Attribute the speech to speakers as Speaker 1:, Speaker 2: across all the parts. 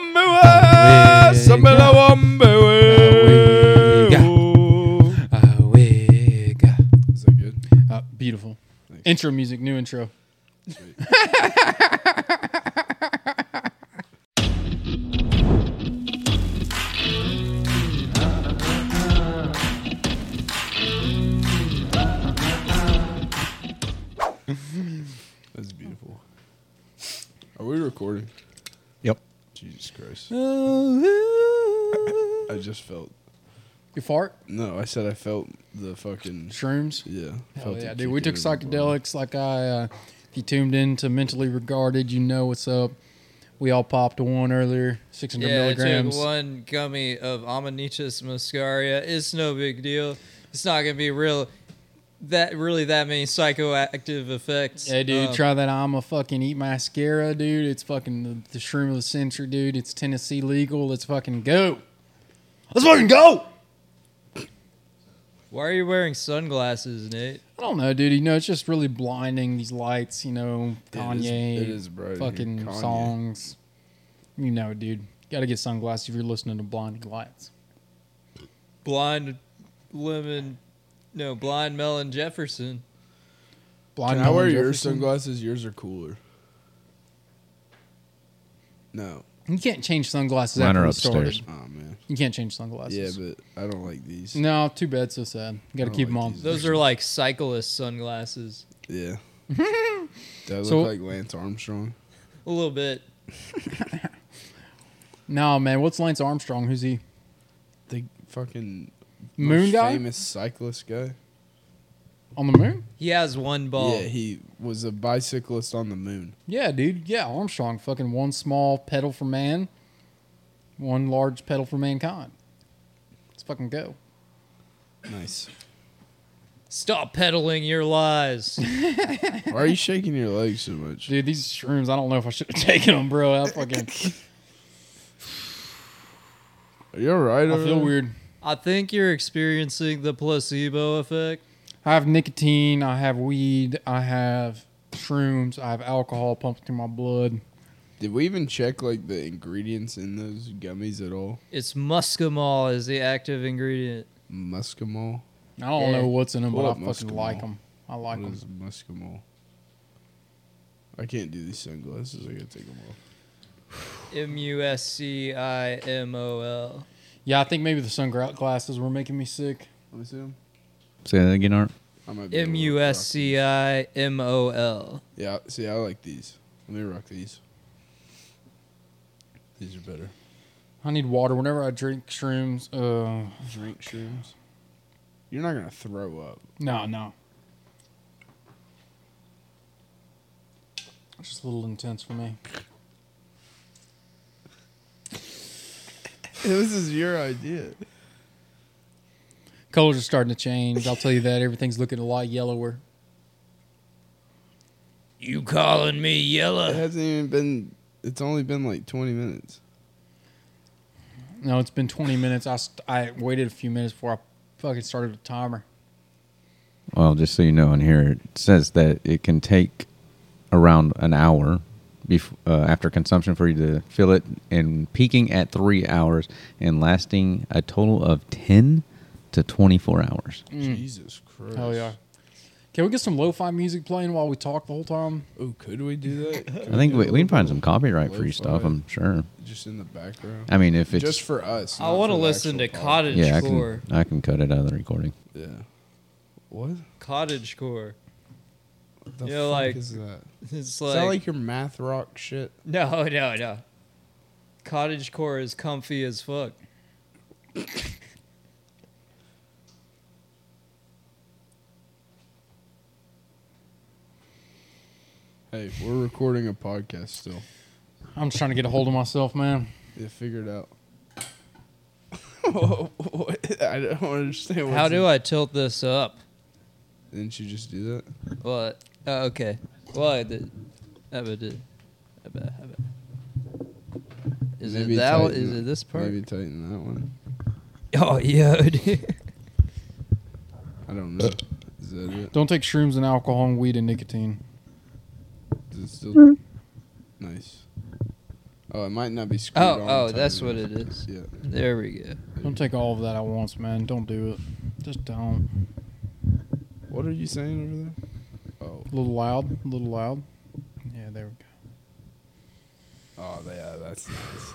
Speaker 1: Hamburger, Samela
Speaker 2: Hamburger. Awega.
Speaker 1: Is that good?
Speaker 2: Uh, beautiful. Intro music, new intro.
Speaker 1: That's beautiful. Are we recording?
Speaker 3: Yep.
Speaker 1: Jesus Christ.
Speaker 2: you
Speaker 1: I just felt.
Speaker 2: fart?
Speaker 1: No, I said I felt the fucking.
Speaker 2: Shrooms?
Speaker 1: Yeah.
Speaker 2: Hell
Speaker 1: felt
Speaker 2: Oh, yeah,
Speaker 1: it
Speaker 2: dude. We
Speaker 1: kick
Speaker 2: took
Speaker 1: in every bone.
Speaker 2: psychedelics like I, uh, if you tuned in to Mentally Regarded, you know what's up. We all popped one earlier, 600
Speaker 4: Yeah, I took
Speaker 2: milligrams.
Speaker 4: one gummy of Amanitus muscaria. It's no big deal. It's not gonna be real. That really that many psychoactive effects.
Speaker 2: Yeah, dude,
Speaker 4: Um,
Speaker 2: try that. I'm a fucking eat mascara, dude. It's fucking the, the shroom of the century, dude. It's Tennessee legal. Let's fucking go. Let's fucking go.
Speaker 4: why are you wearing sunglasses, Nate?
Speaker 2: I don't know, dude. You know, it's just really blinding these lights. You know,
Speaker 1: It is-
Speaker 2: Kanye,
Speaker 1: It is bright.
Speaker 2: fucking
Speaker 1: Kanye.
Speaker 2: songs. You know, dude. Got to get sunglasses if you're listening to blinding lights.
Speaker 4: Blind lemon, no, blind melon Jefferson.
Speaker 2: Blind.
Speaker 1: Can I wear
Speaker 2: Melon
Speaker 1: your
Speaker 2: Jefferson?
Speaker 1: sunglasses? Yours are cooler. No.
Speaker 2: You can't change sunglasses.
Speaker 3: Mine
Speaker 2: after
Speaker 3: are
Speaker 2: we
Speaker 3: upstairs.
Speaker 2: started.
Speaker 1: Oh, man.
Speaker 2: You can't change sunglasses.
Speaker 1: Yeah, but I don't like these.
Speaker 2: no, too bad. So sad. Got
Speaker 1: I
Speaker 2: to
Speaker 1: don't
Speaker 2: keep them
Speaker 1: like
Speaker 2: on.
Speaker 1: these.
Speaker 4: Those are like cyclist sunglasses.
Speaker 1: Yeah. Do I look
Speaker 2: So-
Speaker 1: like Lance Armstrong?
Speaker 4: A little bit.
Speaker 2: No, man. What's Lance Armstrong? Who's he?
Speaker 1: The fucking
Speaker 2: Moon
Speaker 1: most
Speaker 2: guy
Speaker 1: famous cyclist guy.
Speaker 2: on the moon.
Speaker 4: He has one ball.
Speaker 1: Yeah, he was a bicyclist on the moon.
Speaker 2: Yeah, dude. Yeah, Armstrong. Fucking one small pedal for man, one large pedal for mankind. Let's fucking go.
Speaker 1: Nice.
Speaker 4: Stop peddling your lies.
Speaker 1: Why are you shaking your legs so much?
Speaker 2: Dude, these shrooms, I don't know if I should have taken them, bro. I fucking
Speaker 1: Are you all right?
Speaker 2: I
Speaker 1: over
Speaker 2: feel
Speaker 1: there?
Speaker 2: weird.
Speaker 4: I think you're experiencing the placebo effect.
Speaker 2: I have nicotine, I have weed, I have shrooms, I have alcohol pumped through my blood.
Speaker 1: Did we even check like the ingredients in those gummies at all?
Speaker 4: It's muscimol is the active ingredient.
Speaker 1: Muscimol.
Speaker 2: I don't
Speaker 4: Yeah.
Speaker 2: know what's in them, but
Speaker 1: Well,
Speaker 2: I fucking
Speaker 1: Muscimol.
Speaker 2: like them. I
Speaker 1: What
Speaker 2: like them.
Speaker 1: is muscimol? I can't do these sunglasses. I gotta take them off.
Speaker 4: M U S C I M O L.
Speaker 2: Yeah, I think maybe the sunglasses were making me sick.
Speaker 1: Let me see them.
Speaker 3: Say that again, Art.
Speaker 1: I might be able to
Speaker 4: M U S C
Speaker 1: rock
Speaker 4: I M O L.
Speaker 1: these. Yeah. See, I like these. Let me rock these. These are better.
Speaker 2: I need water whenever I drink shrooms. Uh,
Speaker 1: Drink shrooms. You're not gonna throw up.
Speaker 2: No, no. It's just a little intense for me.
Speaker 1: this is your idea.
Speaker 2: Colors are starting to change. I'll tell you that. Everything's looking a lot yellower.
Speaker 4: You calling me
Speaker 1: It
Speaker 4: yellow?
Speaker 1: hasn't even been. It's only been like 20 minutes.
Speaker 2: No, it's been 20 minutes. I, st- I waited a few minutes before I fucking started the timer.
Speaker 3: Well, just so you know, in here it says that it can take around an hour bef- uh, after consumption for you to fill it, and peaking at three hours and lasting a total of ten to twenty-four hours.
Speaker 4: Mm.
Speaker 1: Jesus Christ.
Speaker 2: Hell yeah. Can we get some lo-fi music playing while we talk the whole time?
Speaker 1: Oh, could we do that? Could
Speaker 3: I think
Speaker 1: do
Speaker 3: we,
Speaker 1: a
Speaker 3: we can
Speaker 1: little
Speaker 3: find some
Speaker 1: bit of
Speaker 3: copyright free stuff.
Speaker 1: lo-fi
Speaker 3: I'm sure.
Speaker 1: just in the background.
Speaker 3: I mean, if it's
Speaker 1: Just for us.
Speaker 4: I
Speaker 1: not
Speaker 4: want to
Speaker 1: for the
Speaker 4: listen to
Speaker 1: actual
Speaker 4: cottage
Speaker 3: yeah, I
Speaker 4: core.
Speaker 3: can I can cut it out of the recording.
Speaker 1: pod. Yeah. What?
Speaker 4: Cottage core.
Speaker 1: What the
Speaker 4: Yeah,
Speaker 1: fuck
Speaker 4: like-
Speaker 1: is that?
Speaker 4: It's
Speaker 1: Is
Speaker 4: like,
Speaker 1: that like your math rock shit?
Speaker 4: no, no, no. Cottage core is comfy as fuck.
Speaker 1: Hey, we're recording a podcast still.
Speaker 2: I'm just trying to get a hold of myself, man.
Speaker 1: Yeah, figure it out. What? I don't understand.
Speaker 4: How do I tilt this up?
Speaker 1: Didn't you just do that?
Speaker 4: What? Oh, okay. Well, I did. I did. I bet. I bet. Is
Speaker 1: Maybe
Speaker 4: it that one?
Speaker 1: tighten
Speaker 4: Is it this part?
Speaker 1: Maybe tighten that one.
Speaker 4: Oh, yeah, dude.
Speaker 1: I don't know. Is that it?
Speaker 2: Don't take shrooms and alcohol and weed and nicotine.
Speaker 1: Is it still nice? Oh, it might not be screwed
Speaker 4: Oh,
Speaker 1: on.
Speaker 4: oh,
Speaker 1: tight
Speaker 4: that's what
Speaker 1: enough.
Speaker 4: it is.
Speaker 1: Yeah.
Speaker 4: There we go.
Speaker 2: Don't take all of that at once, man. Don't do it. Just don't.
Speaker 1: What are you saying over there? Oh,
Speaker 2: A little loud. A little loud. Yeah, there we go.
Speaker 1: oh, yeah, that's nice.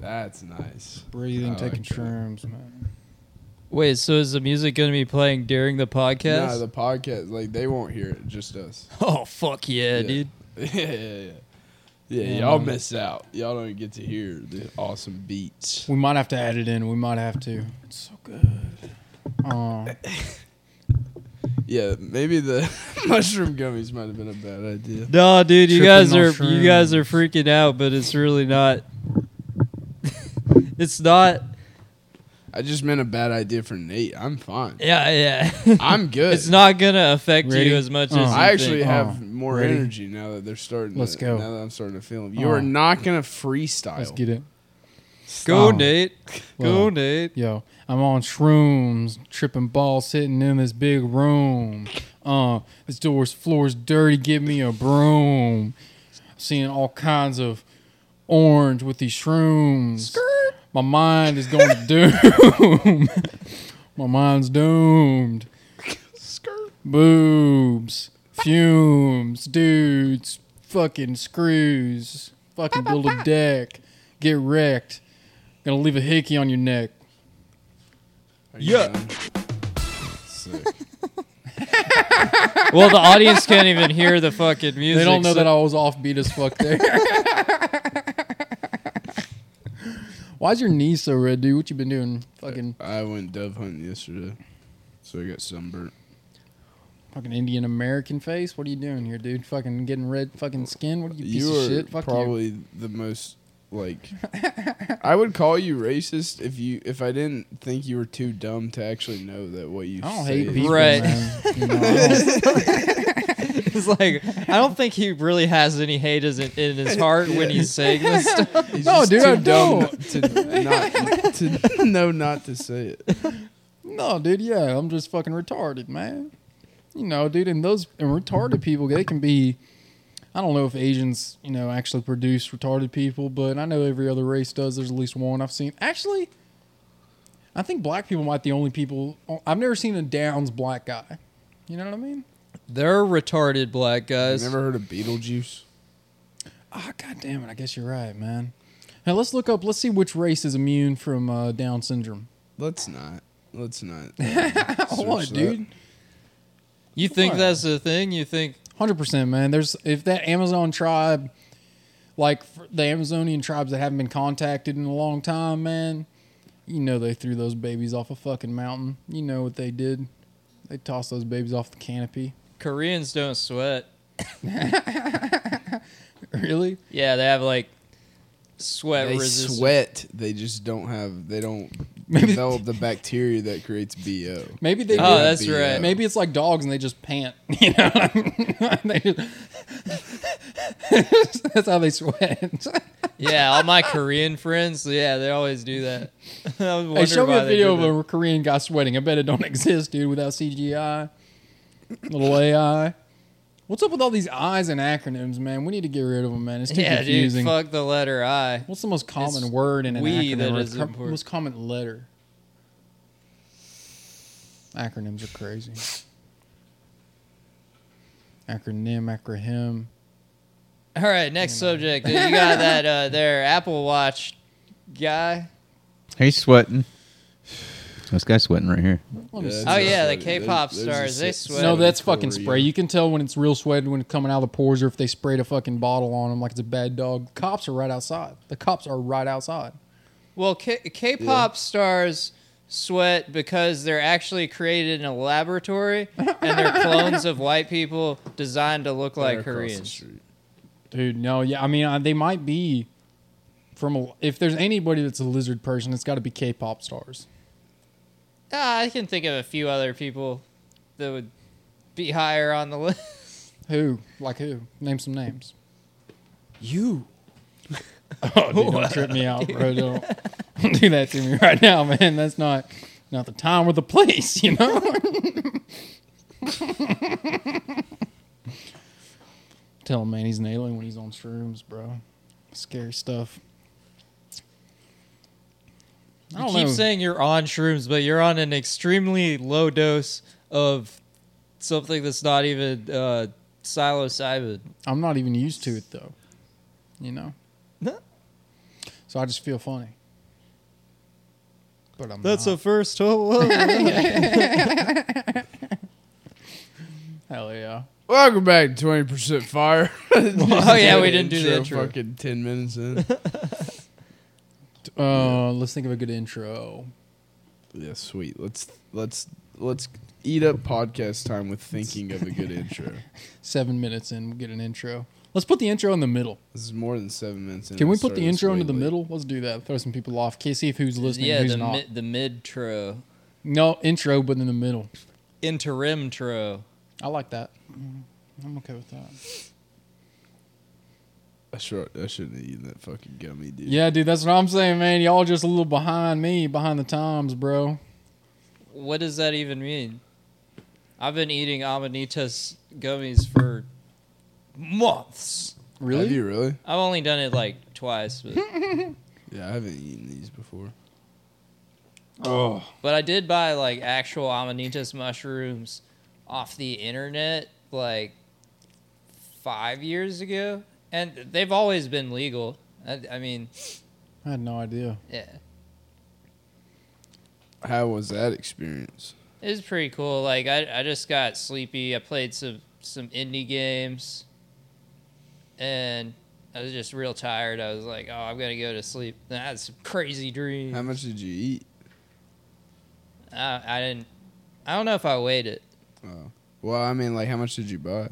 Speaker 1: That's nice. Oh,
Speaker 2: Breathing,
Speaker 1: I
Speaker 2: taking
Speaker 1: like that.
Speaker 2: shrooms, man.
Speaker 4: Wait, so is the music going to be playing during the podcast?
Speaker 1: Nah, the podcast, like they won't hear it, just us.
Speaker 4: oh, fuck yeah,
Speaker 1: Yeah.
Speaker 4: dude.
Speaker 1: yeah, yeah, yeah. Yeah,
Speaker 2: Yeah,
Speaker 1: y'all
Speaker 2: man.
Speaker 1: miss out. Y'all don't get to hear the awesome beats.
Speaker 2: We might have to add it in. We might have to. It's so good. Um,
Speaker 1: Yeah, maybe the mushroom gummies might have been a bad idea.
Speaker 4: No, dude, you
Speaker 2: Tripping
Speaker 4: guys
Speaker 2: on
Speaker 4: are you guys
Speaker 2: shrooms.
Speaker 4: are freaking out, but it's really not. it's not.
Speaker 1: I just meant a bad idea for Nate. I'm fine.
Speaker 4: Yeah, yeah.
Speaker 1: I'm good.
Speaker 4: it's not gonna affect
Speaker 2: Ready?
Speaker 4: you as much
Speaker 2: Uh,
Speaker 4: as you
Speaker 1: I actually
Speaker 4: think.
Speaker 1: have
Speaker 2: Oh,
Speaker 1: more
Speaker 2: ready?
Speaker 1: energy now that they're starting.
Speaker 2: Let's
Speaker 1: to,
Speaker 2: go.
Speaker 1: Now that I'm starting to feel them. You
Speaker 2: Oh.
Speaker 1: are not gonna freestyle.
Speaker 2: let's get it.
Speaker 4: Go,
Speaker 2: Oh.
Speaker 4: Nate. Go,
Speaker 2: Well,
Speaker 4: Nate.
Speaker 2: Yo, I'm on shrooms, tripping balls, sitting in this big room. Uh, this door's floor's dirty. Give me a broom. Seeing all kinds of orange with these shrooms. My mind is going to doom. My mind's doomed. Boobs, fumes, dudes, fucking screws, fucking build a deck, get wrecked. Gonna leave a hickey on your neck.
Speaker 1: Are you
Speaker 4: Yeah.
Speaker 1: done? Sick.
Speaker 4: Well, the audience can't even hear the fucking music.
Speaker 2: They don't know
Speaker 4: so-
Speaker 2: that I was offbeat as fuck there. Why's your knee so red, dude? What you been doing? Fucking
Speaker 1: I went dove hunting yesterday, so I got sunburnt.
Speaker 2: fucking Indian American face? What are you doing here, dude? Fucking getting red fucking skin? What are you piece
Speaker 1: You
Speaker 2: of
Speaker 1: are
Speaker 2: shit? Fuck you.
Speaker 1: probably the most like. I would call you racist if you if I didn't think you were too dumb to actually know that what you.
Speaker 2: I don't
Speaker 1: say
Speaker 2: hate
Speaker 1: is-
Speaker 2: people,
Speaker 4: Right.
Speaker 2: man. You know, I don't-
Speaker 4: It's like I don't think he really has any hate is in, in his heart when he's saying this stuff.
Speaker 1: He's
Speaker 2: No,
Speaker 1: just
Speaker 2: dude,
Speaker 1: too
Speaker 2: I
Speaker 1: dumb to not to know not to say it.
Speaker 2: No, dude, yeah, I'm just fucking retarded, man. You know, dude, and those and retarded people, they can be. I don't know if Asians, you know, actually produce retarded people, but I know every other race does. There's at least one I've seen. Actually, I think black people might the only people I've never seen a Downs black guy. You know what I mean?
Speaker 4: They're retarded black
Speaker 1: You
Speaker 4: guys.
Speaker 1: never heard of Beetlejuice?
Speaker 2: Ah, god damn it! I guess you're right, man. Now let's look up. Let's see which race is immune from uh, Down syndrome.
Speaker 1: Let's not. Let's not. um,
Speaker 2: I want
Speaker 1: Search that.
Speaker 2: it, dude.
Speaker 4: you think
Speaker 2: Why?
Speaker 4: that's the thing? You think
Speaker 2: Hundred percent, man. There's if that Amazon tribe, like f- the Amazonian tribes that haven't been contacted in a long time, man. You know they threw those babies off a fucking mountain. You know what they did? They tossed those babies off the canopy.
Speaker 4: Koreans don't sweat?
Speaker 2: really?
Speaker 4: Yeah, they have like sweat
Speaker 1: They
Speaker 4: resistance.
Speaker 1: sweat. They just don't have. They don't
Speaker 2: Maybe-
Speaker 1: develop the bacteria that creates bo.
Speaker 2: Maybe they.
Speaker 4: Oh,
Speaker 2: do.
Speaker 4: that's
Speaker 1: Be, uh,
Speaker 4: right.
Speaker 2: Maybe it's like dogs and they just pant. You know, They just- that's how they sweat.
Speaker 4: yeah, all my Korean friends, yeah, they always do that. I was
Speaker 2: Hey, show
Speaker 4: wondering
Speaker 2: me
Speaker 4: why
Speaker 2: a
Speaker 4: they
Speaker 2: video
Speaker 4: do
Speaker 2: of
Speaker 4: that.
Speaker 2: a Korean guy sweating. I bet it don't exist, dude, without CGI. Little AI. What's up with all these I's and acronyms, man? We need to get rid of them, man. It's too
Speaker 4: Yeah,
Speaker 2: confusing.
Speaker 4: dude, fuck the letter I.
Speaker 2: What's the most common
Speaker 4: It's
Speaker 2: word in an
Speaker 4: we
Speaker 2: acronym?
Speaker 4: that
Speaker 2: or
Speaker 4: is
Speaker 2: the com-
Speaker 4: important.
Speaker 2: most common letter. Acronyms are crazy. Acronym, acronym.
Speaker 4: All right, next subject. Dude, you got that uh, there Apple Watch guy.
Speaker 3: He's sweating. This guy's sweating right here.
Speaker 2: Let me see.
Speaker 4: Oh, yeah, the
Speaker 1: There's-
Speaker 4: K-pop
Speaker 1: there's a
Speaker 4: stars, they
Speaker 1: se-
Speaker 4: sweat.
Speaker 2: No,
Speaker 4: Sweat
Speaker 2: that's
Speaker 1: Korea.
Speaker 2: fucking spray. You can tell when it's real sweat when it's coming out of the pores, or if they sprayed a fucking bottle on them like it's a bad dog. Cops are right outside. The cops are right outside.
Speaker 4: Well, K- K-pop stars sweat because they're actually created in a laboratory and they're clones of white people designed to look
Speaker 1: They're
Speaker 4: like
Speaker 1: across the
Speaker 4: Koreans.
Speaker 1: street.
Speaker 2: Dude, no, yeah, I mean I, they might be from. A, if there's anybody that's a lizard person, it's got to be K-pop stars.
Speaker 4: Ah, I can think of a few other people that would be higher on the list.
Speaker 2: Who? Like who? Name some names. You. oh, dude, don't trip me out, bro. Don't, don't do that to me right now, man. That's not not the time or the place, you know. Tell him, man, he's an alien when he's on shrooms, bro. Scary stuff. I
Speaker 4: You
Speaker 2: don't
Speaker 4: keep
Speaker 2: know.
Speaker 4: saying you're on shrooms, but you're on an extremely low dose of something that's not even uh, psilocybin.
Speaker 2: I'm not even used to it though. You know? So I just feel funny. But I'm
Speaker 4: That's
Speaker 2: not.
Speaker 4: the first hole.
Speaker 2: hell yeah.
Speaker 1: Welcome back to Twenty Percent Fire. oh
Speaker 4: yeah, we didn't do the intro.
Speaker 1: Fucking ten minutes in.
Speaker 2: Uh, let's think of a good intro.
Speaker 1: yeah, sweet. Let's let's let's eat up podcast time with thinking of a good intro.
Speaker 2: Seven minutes in, we'll get an intro. Let's put the intro in the middle.
Speaker 1: This is more than seven minutes. in.
Speaker 2: Can we
Speaker 1: It
Speaker 2: put the
Speaker 1: started
Speaker 2: intro
Speaker 1: way
Speaker 2: into the
Speaker 1: late.
Speaker 2: middle? Let's do that. Throw some people off. Okay, see if who's listening,
Speaker 4: yeah,
Speaker 2: who's
Speaker 4: the
Speaker 2: not.
Speaker 4: mi- the mid tro,
Speaker 2: no intro, but in the middle.
Speaker 4: interim tro.
Speaker 2: I like that. I'm okay with that.
Speaker 1: I, sure, I shouldn't have eaten that fucking gummy, dude.
Speaker 2: Yeah, dude, that's what I'm saying, man. Y'all just a little behind me, behind the times, bro.
Speaker 4: What does that even mean? I've been eating Amanitas gummies for months.
Speaker 1: Have
Speaker 2: Really?
Speaker 1: you really?
Speaker 4: I've only done it like twice, but,
Speaker 1: Yeah, I haven't eaten these before.
Speaker 2: Oh,
Speaker 4: but I did buy like actual Amanitas mushrooms off the internet like five years ago, and they've always been legal. I, I mean,
Speaker 2: I had no idea.
Speaker 4: yeah,
Speaker 1: How was that experience?
Speaker 4: it was pretty cool. Like I, I just got sleepy. I played some some indie games, and I was just real tired. I was like, oh, I'm gonna go to sleep. And I had some crazy dreams.
Speaker 1: How much did you eat?
Speaker 4: I, I didn't. I don't know if I weighed it.
Speaker 1: Well, I mean, like, how much did you buy?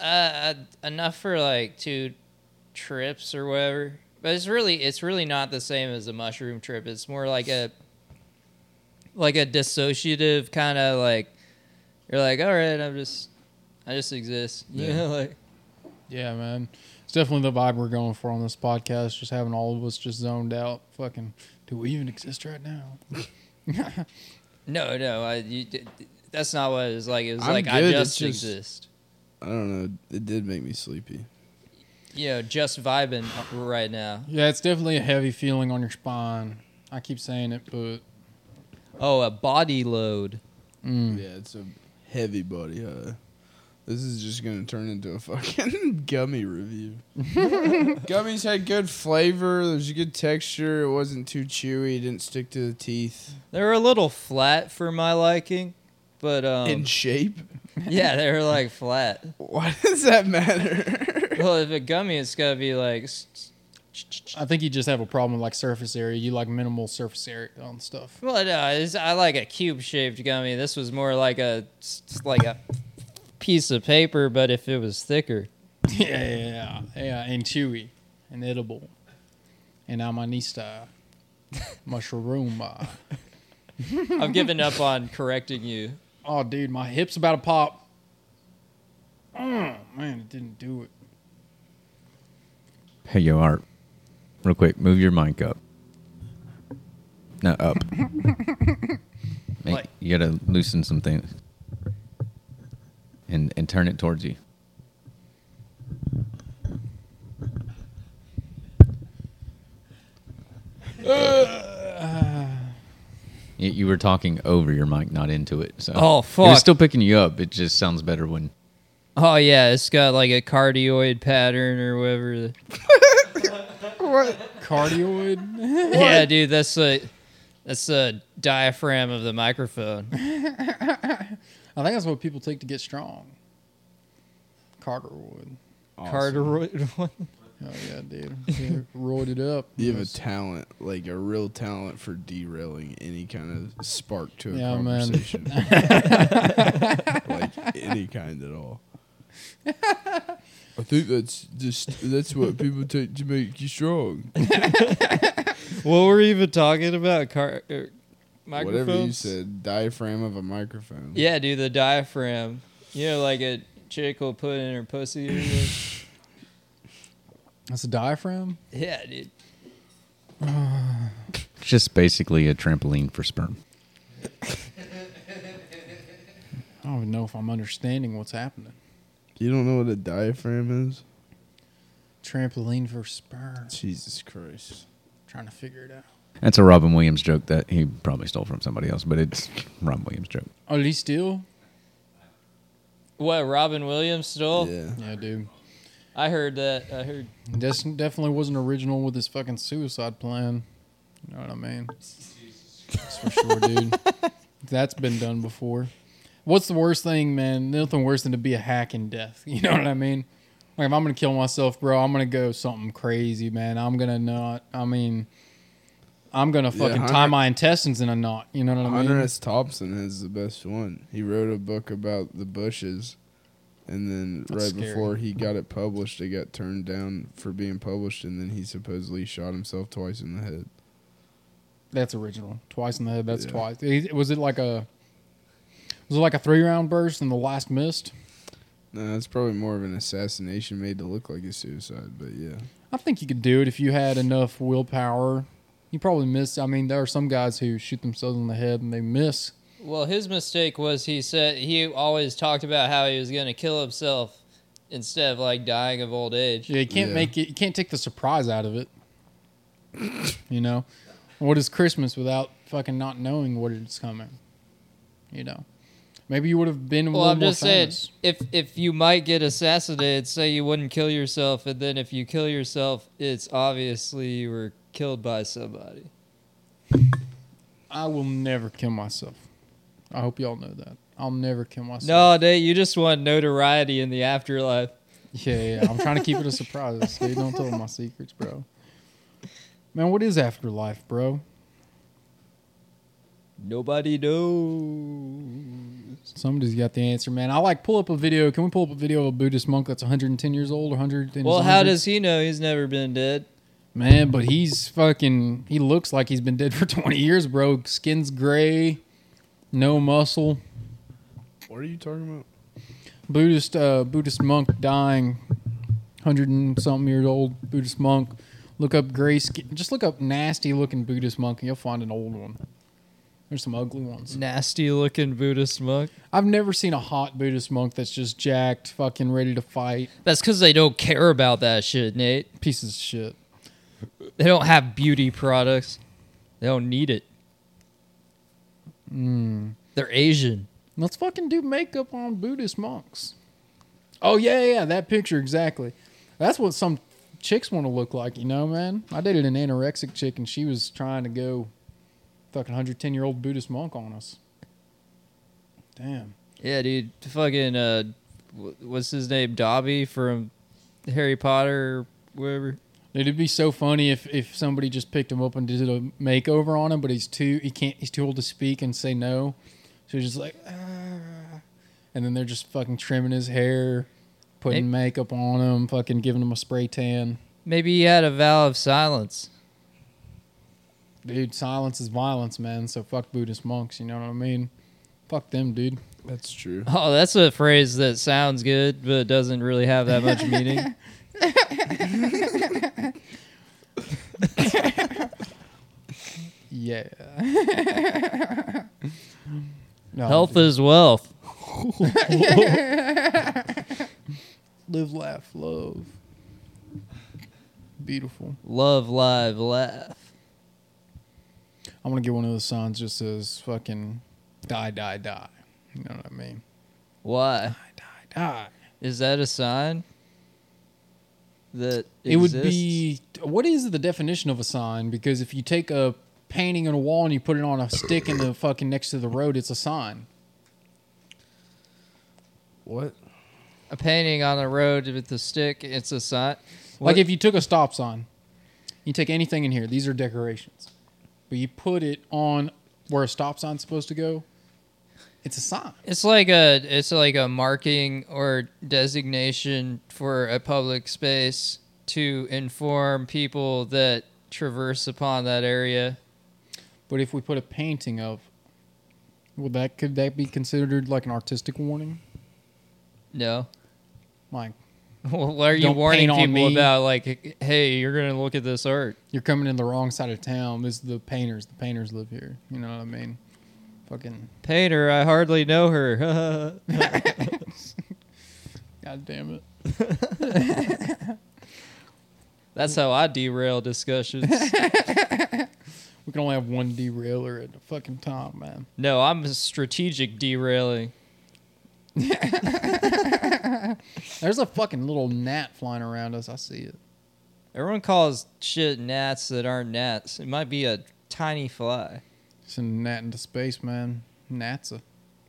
Speaker 4: Uh, uh, enough for like two trips or whatever. But it's really, it's really not the same as a mushroom trip. It's more like a, like a dissociative kind of like, you're like, all right, I'm just, I just exist. You
Speaker 1: Yeah.
Speaker 4: know, like
Speaker 2: Yeah, man. It's definitely the vibe we're going for on this podcast. Just having all of us just zoned out. Fucking, do we even exist right now?
Speaker 4: no, no, I, you, d- d- that's not what it was like. It was
Speaker 1: I'm
Speaker 4: like I
Speaker 1: good,
Speaker 4: just,
Speaker 1: it's just-
Speaker 4: exist.
Speaker 1: I don't know. It did make me sleepy.
Speaker 4: You know, just vibing right now.
Speaker 2: Yeah, it's definitely a heavy feeling on your spine. I keep saying it, but
Speaker 4: Oh, a body load.
Speaker 2: mm,
Speaker 1: Yeah, it's a heavy body high. This is just gonna turn into a fucking gummy review. Gummies had good flavor. There's a good texture. It wasn't too chewy. Didn't stick to the teeth.
Speaker 4: They were a little flat for my liking, but um,
Speaker 1: In shape?
Speaker 4: yeah, they were like flat.
Speaker 1: Why does that matter?
Speaker 4: Well, if a gummy, it's gotta be like. s- s-
Speaker 2: I think you just have a problem with like surface area. You like minimal surface area on stuff.
Speaker 4: Well, no, it's, I like a cube-shaped gummy. This was more like a s- s- like a piece of paper, but if it was thicker.
Speaker 2: yeah, yeah, and chewy, and edible, and amanista, mushroom.
Speaker 4: I'm giving up on correcting you.
Speaker 2: Oh, dude, my hip's about to pop. Oh man, it didn't do it.
Speaker 3: Hey, yo, Art. Real quick, move your mic up. No, up. Make-
Speaker 4: Like-
Speaker 3: you gotta loosen some things. And and turn it towards you. You, you were talking over your mic, not into it. So
Speaker 4: Oh,
Speaker 3: It
Speaker 4: fuck.
Speaker 3: was still picking you up. It just sounds better when
Speaker 4: Oh yeah, it's got like a cardioid pattern or whatever. the-
Speaker 2: Cardioid.
Speaker 4: Yeah, dude, that's the that's the diaphragm of the microphone.
Speaker 2: I think that's what people take to get strong. Carterwood.
Speaker 4: Cardioid one.
Speaker 2: Oh yeah, dude. Yeah, roided it up.
Speaker 1: You have a talent, like a real talent for derailing any kind of spark to a
Speaker 2: Yeah, man.
Speaker 1: conversation. like any kind at all. I think that's just that's what people take to make you strong.
Speaker 4: What were we even talking about? Car er, microphones.
Speaker 1: Whatever you said, diaphragm of a microphone.
Speaker 4: Yeah, dude, the diaphragm. You know, like a chick will put in her pussy. Or something.
Speaker 2: That's a diaphragm.
Speaker 4: yeah, dude.
Speaker 3: it's just basically a trampoline for sperm.
Speaker 2: I don't even know if I'm understanding what's happening.
Speaker 1: You don't know what a diaphragm is?
Speaker 2: Trampoline for sperm.
Speaker 1: Jesus Christ.
Speaker 2: Trying to figure it out.
Speaker 3: That's a Robin Williams joke that he probably stole from somebody else, but it's Robin Williams joke.
Speaker 2: Oh, did he steal?
Speaker 4: What Robin Williams stole?
Speaker 1: yeah.
Speaker 2: Yeah, dude.
Speaker 4: I heard that. I heard.
Speaker 2: Des- definitely wasn't original with his fucking suicide plan. You know what I mean? That's for sure, dude. That's been done before. What's the worst thing, man? Nothing worse than to be a hack in death. You know what I mean? Like if I'm gonna kill myself, bro, I'm gonna go something crazy, man. I'm gonna not. I mean, I'm gonna
Speaker 1: Yeah,
Speaker 2: fucking tie
Speaker 1: Hunter-
Speaker 2: my intestines in a knot. You know what I
Speaker 1: Hunter
Speaker 2: mean?
Speaker 1: S. Thompson is the best one. He wrote a book about the bushes, and then
Speaker 2: That's
Speaker 1: right
Speaker 2: scary.
Speaker 1: before he got it published, it got turned down for being published, and then he supposedly shot himself twice in the head.
Speaker 2: That's original. Twice in the head. That's
Speaker 1: Yeah.
Speaker 2: twice. Is- Was it like a? Was it like a three round burst and the last missed?
Speaker 1: No, it's probably more of an assassination made to look like a suicide, but yeah.
Speaker 2: I think you could do it if you had enough willpower. You probably miss. I mean, there are some guys who shoot themselves in the head and they miss.
Speaker 4: Well, his mistake was he said he always talked about how he was going to kill himself instead of like dying of old age.
Speaker 2: Yeah, you can't
Speaker 1: Yeah.
Speaker 2: make it. You can't take the surprise out of it. you know, what is Christmas without fucking not knowing what it's coming? You know, maybe you would have been.
Speaker 4: Well,
Speaker 2: a little
Speaker 4: I'm
Speaker 2: more
Speaker 4: just saying,
Speaker 2: famous.
Speaker 4: if if you might get assassinated, say you wouldn't kill yourself, and then if you kill yourself, it's obviously you were killed by somebody.
Speaker 2: I will never kill myself. I hope y'all know that. I'll never kill myself.
Speaker 4: No, Nate, you just want notoriety in the afterlife.
Speaker 2: Yeah, yeah. I'm trying to keep it a surprise. dude. Don't tell my secrets, bro. Man, what is afterlife, bro?
Speaker 4: Nobody knows.
Speaker 2: Somebody's got the answer, man. I like pull up a video. Can we pull up a video of a Buddhist monk that's 110 years old or 100?
Speaker 4: Well, how does he know he's never been dead?
Speaker 2: man? But he's fucking. He looks like he's been dead for 20 years, bro. Skin's gray, no muscle.
Speaker 1: What are you talking about?
Speaker 2: Buddhist uh, Buddhist monk dying, 100 and something years old Buddhist monk. Look up gray skin. Just look up nasty looking Buddhist monk, and you'll find an old one. There's some ugly ones.
Speaker 4: Nasty looking Buddhist monk.
Speaker 2: I've never seen a hot Buddhist monk that's just jacked, fucking ready to fight.
Speaker 4: That's because they don't care about that shit, Nate.
Speaker 2: Pieces of shit.
Speaker 4: They don't have beauty products. They don't need it. They're Asian.
Speaker 2: Let's fucking do makeup on Buddhist monks. Oh yeah, yeah, yeah, that picture exactly. That's what some chicks want to look like, you know, man. I dated an anorexic chick and she was trying to go fucking 110 year old Buddhist monk on us. Damn.
Speaker 4: Yeah, dude. Fucking uh, wh- what's his name? Dobby from Harry Potter, or whatever.
Speaker 2: It'd be so funny if, if somebody just picked him up and did a makeover on him, but he's too he can't he's too old to speak and say no, so he's just like, ah. and then they're just fucking trimming his hair, putting
Speaker 4: Hey.
Speaker 2: makeup on him, fucking giving him a spray tan.
Speaker 4: Maybe he had a vow of silence.
Speaker 2: Dude, silence is violence, man. So fuck Buddhist monks. You know what I mean? Fuck them, dude.
Speaker 1: That's true.
Speaker 4: Oh, that's a phrase that sounds good but doesn't really have that much meaning.
Speaker 2: Yeah. no,
Speaker 4: Health
Speaker 2: dude.
Speaker 4: is wealth.
Speaker 2: live, laugh, love. Beautiful.
Speaker 4: Love, live, laugh.
Speaker 2: I'm gonna get one of those signs just says fucking die, die, die. You know what I mean?
Speaker 4: Why?
Speaker 2: Die, die, die.
Speaker 4: Is that a sign? That
Speaker 2: It would
Speaker 4: exists?
Speaker 2: be what is the definition of a sign? Because if you take a painting on a wall and you put it on a stick in the fucking next to the road, it's a sign.
Speaker 1: What?
Speaker 4: a painting on the road with the stick. It's a sign.
Speaker 2: Like if you took a stop sign, you take anything in here, these are decorations. But you put it on where a stop sign's supposed to go, it's a sign.
Speaker 4: It's like a it's like a marking or designation for a public space to inform people that traverse upon that area.
Speaker 2: But if we put a painting of well that could that be considered like an artistic warning?
Speaker 4: No.
Speaker 2: Like
Speaker 4: Well, what are you
Speaker 2: Don't
Speaker 4: warning
Speaker 2: paint on
Speaker 4: people
Speaker 2: me.
Speaker 4: about? Like, hey, you're gonna look at this art.
Speaker 2: you're coming in the wrong side of town. This is the painters. The painters live here. You know what I mean? Fucking
Speaker 4: Painter, I hardly know her.
Speaker 2: god damn it.
Speaker 4: That's how I derail discussions.
Speaker 2: We can only have one derailer at a fucking time, man.
Speaker 4: No, I'm a strategic derailing.
Speaker 2: There's a fucking little gnat flying around us. I see it.
Speaker 4: Everyone calls shit gnats that aren't gnats. It might be a tiny fly.
Speaker 2: It's a gnat into space, man. Natsa.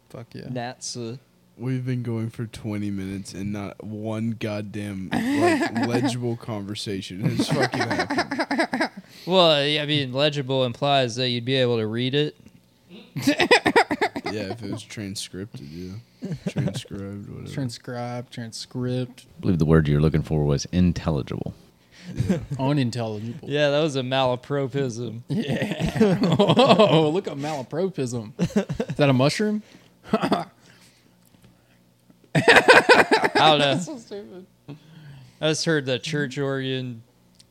Speaker 2: Fuck yeah.
Speaker 4: Gnats. uh,
Speaker 1: We've been going for 20 minutes and not one goddamn like, legible conversation has fucking happened.
Speaker 4: Well, yeah, I mean, legible implies that you'd be able to read it.
Speaker 1: Yeah, if it was transcribed, yeah. Transcribed, whatever.
Speaker 2: Transcribe, transcript,
Speaker 3: I believe the word you're looking for was intelligible.
Speaker 2: unintelligible.
Speaker 4: Yeah, that was a malapropism.
Speaker 2: Yeah. oh, look up malapropism. Is that a mushroom?
Speaker 4: I don't know. I just heard the church organ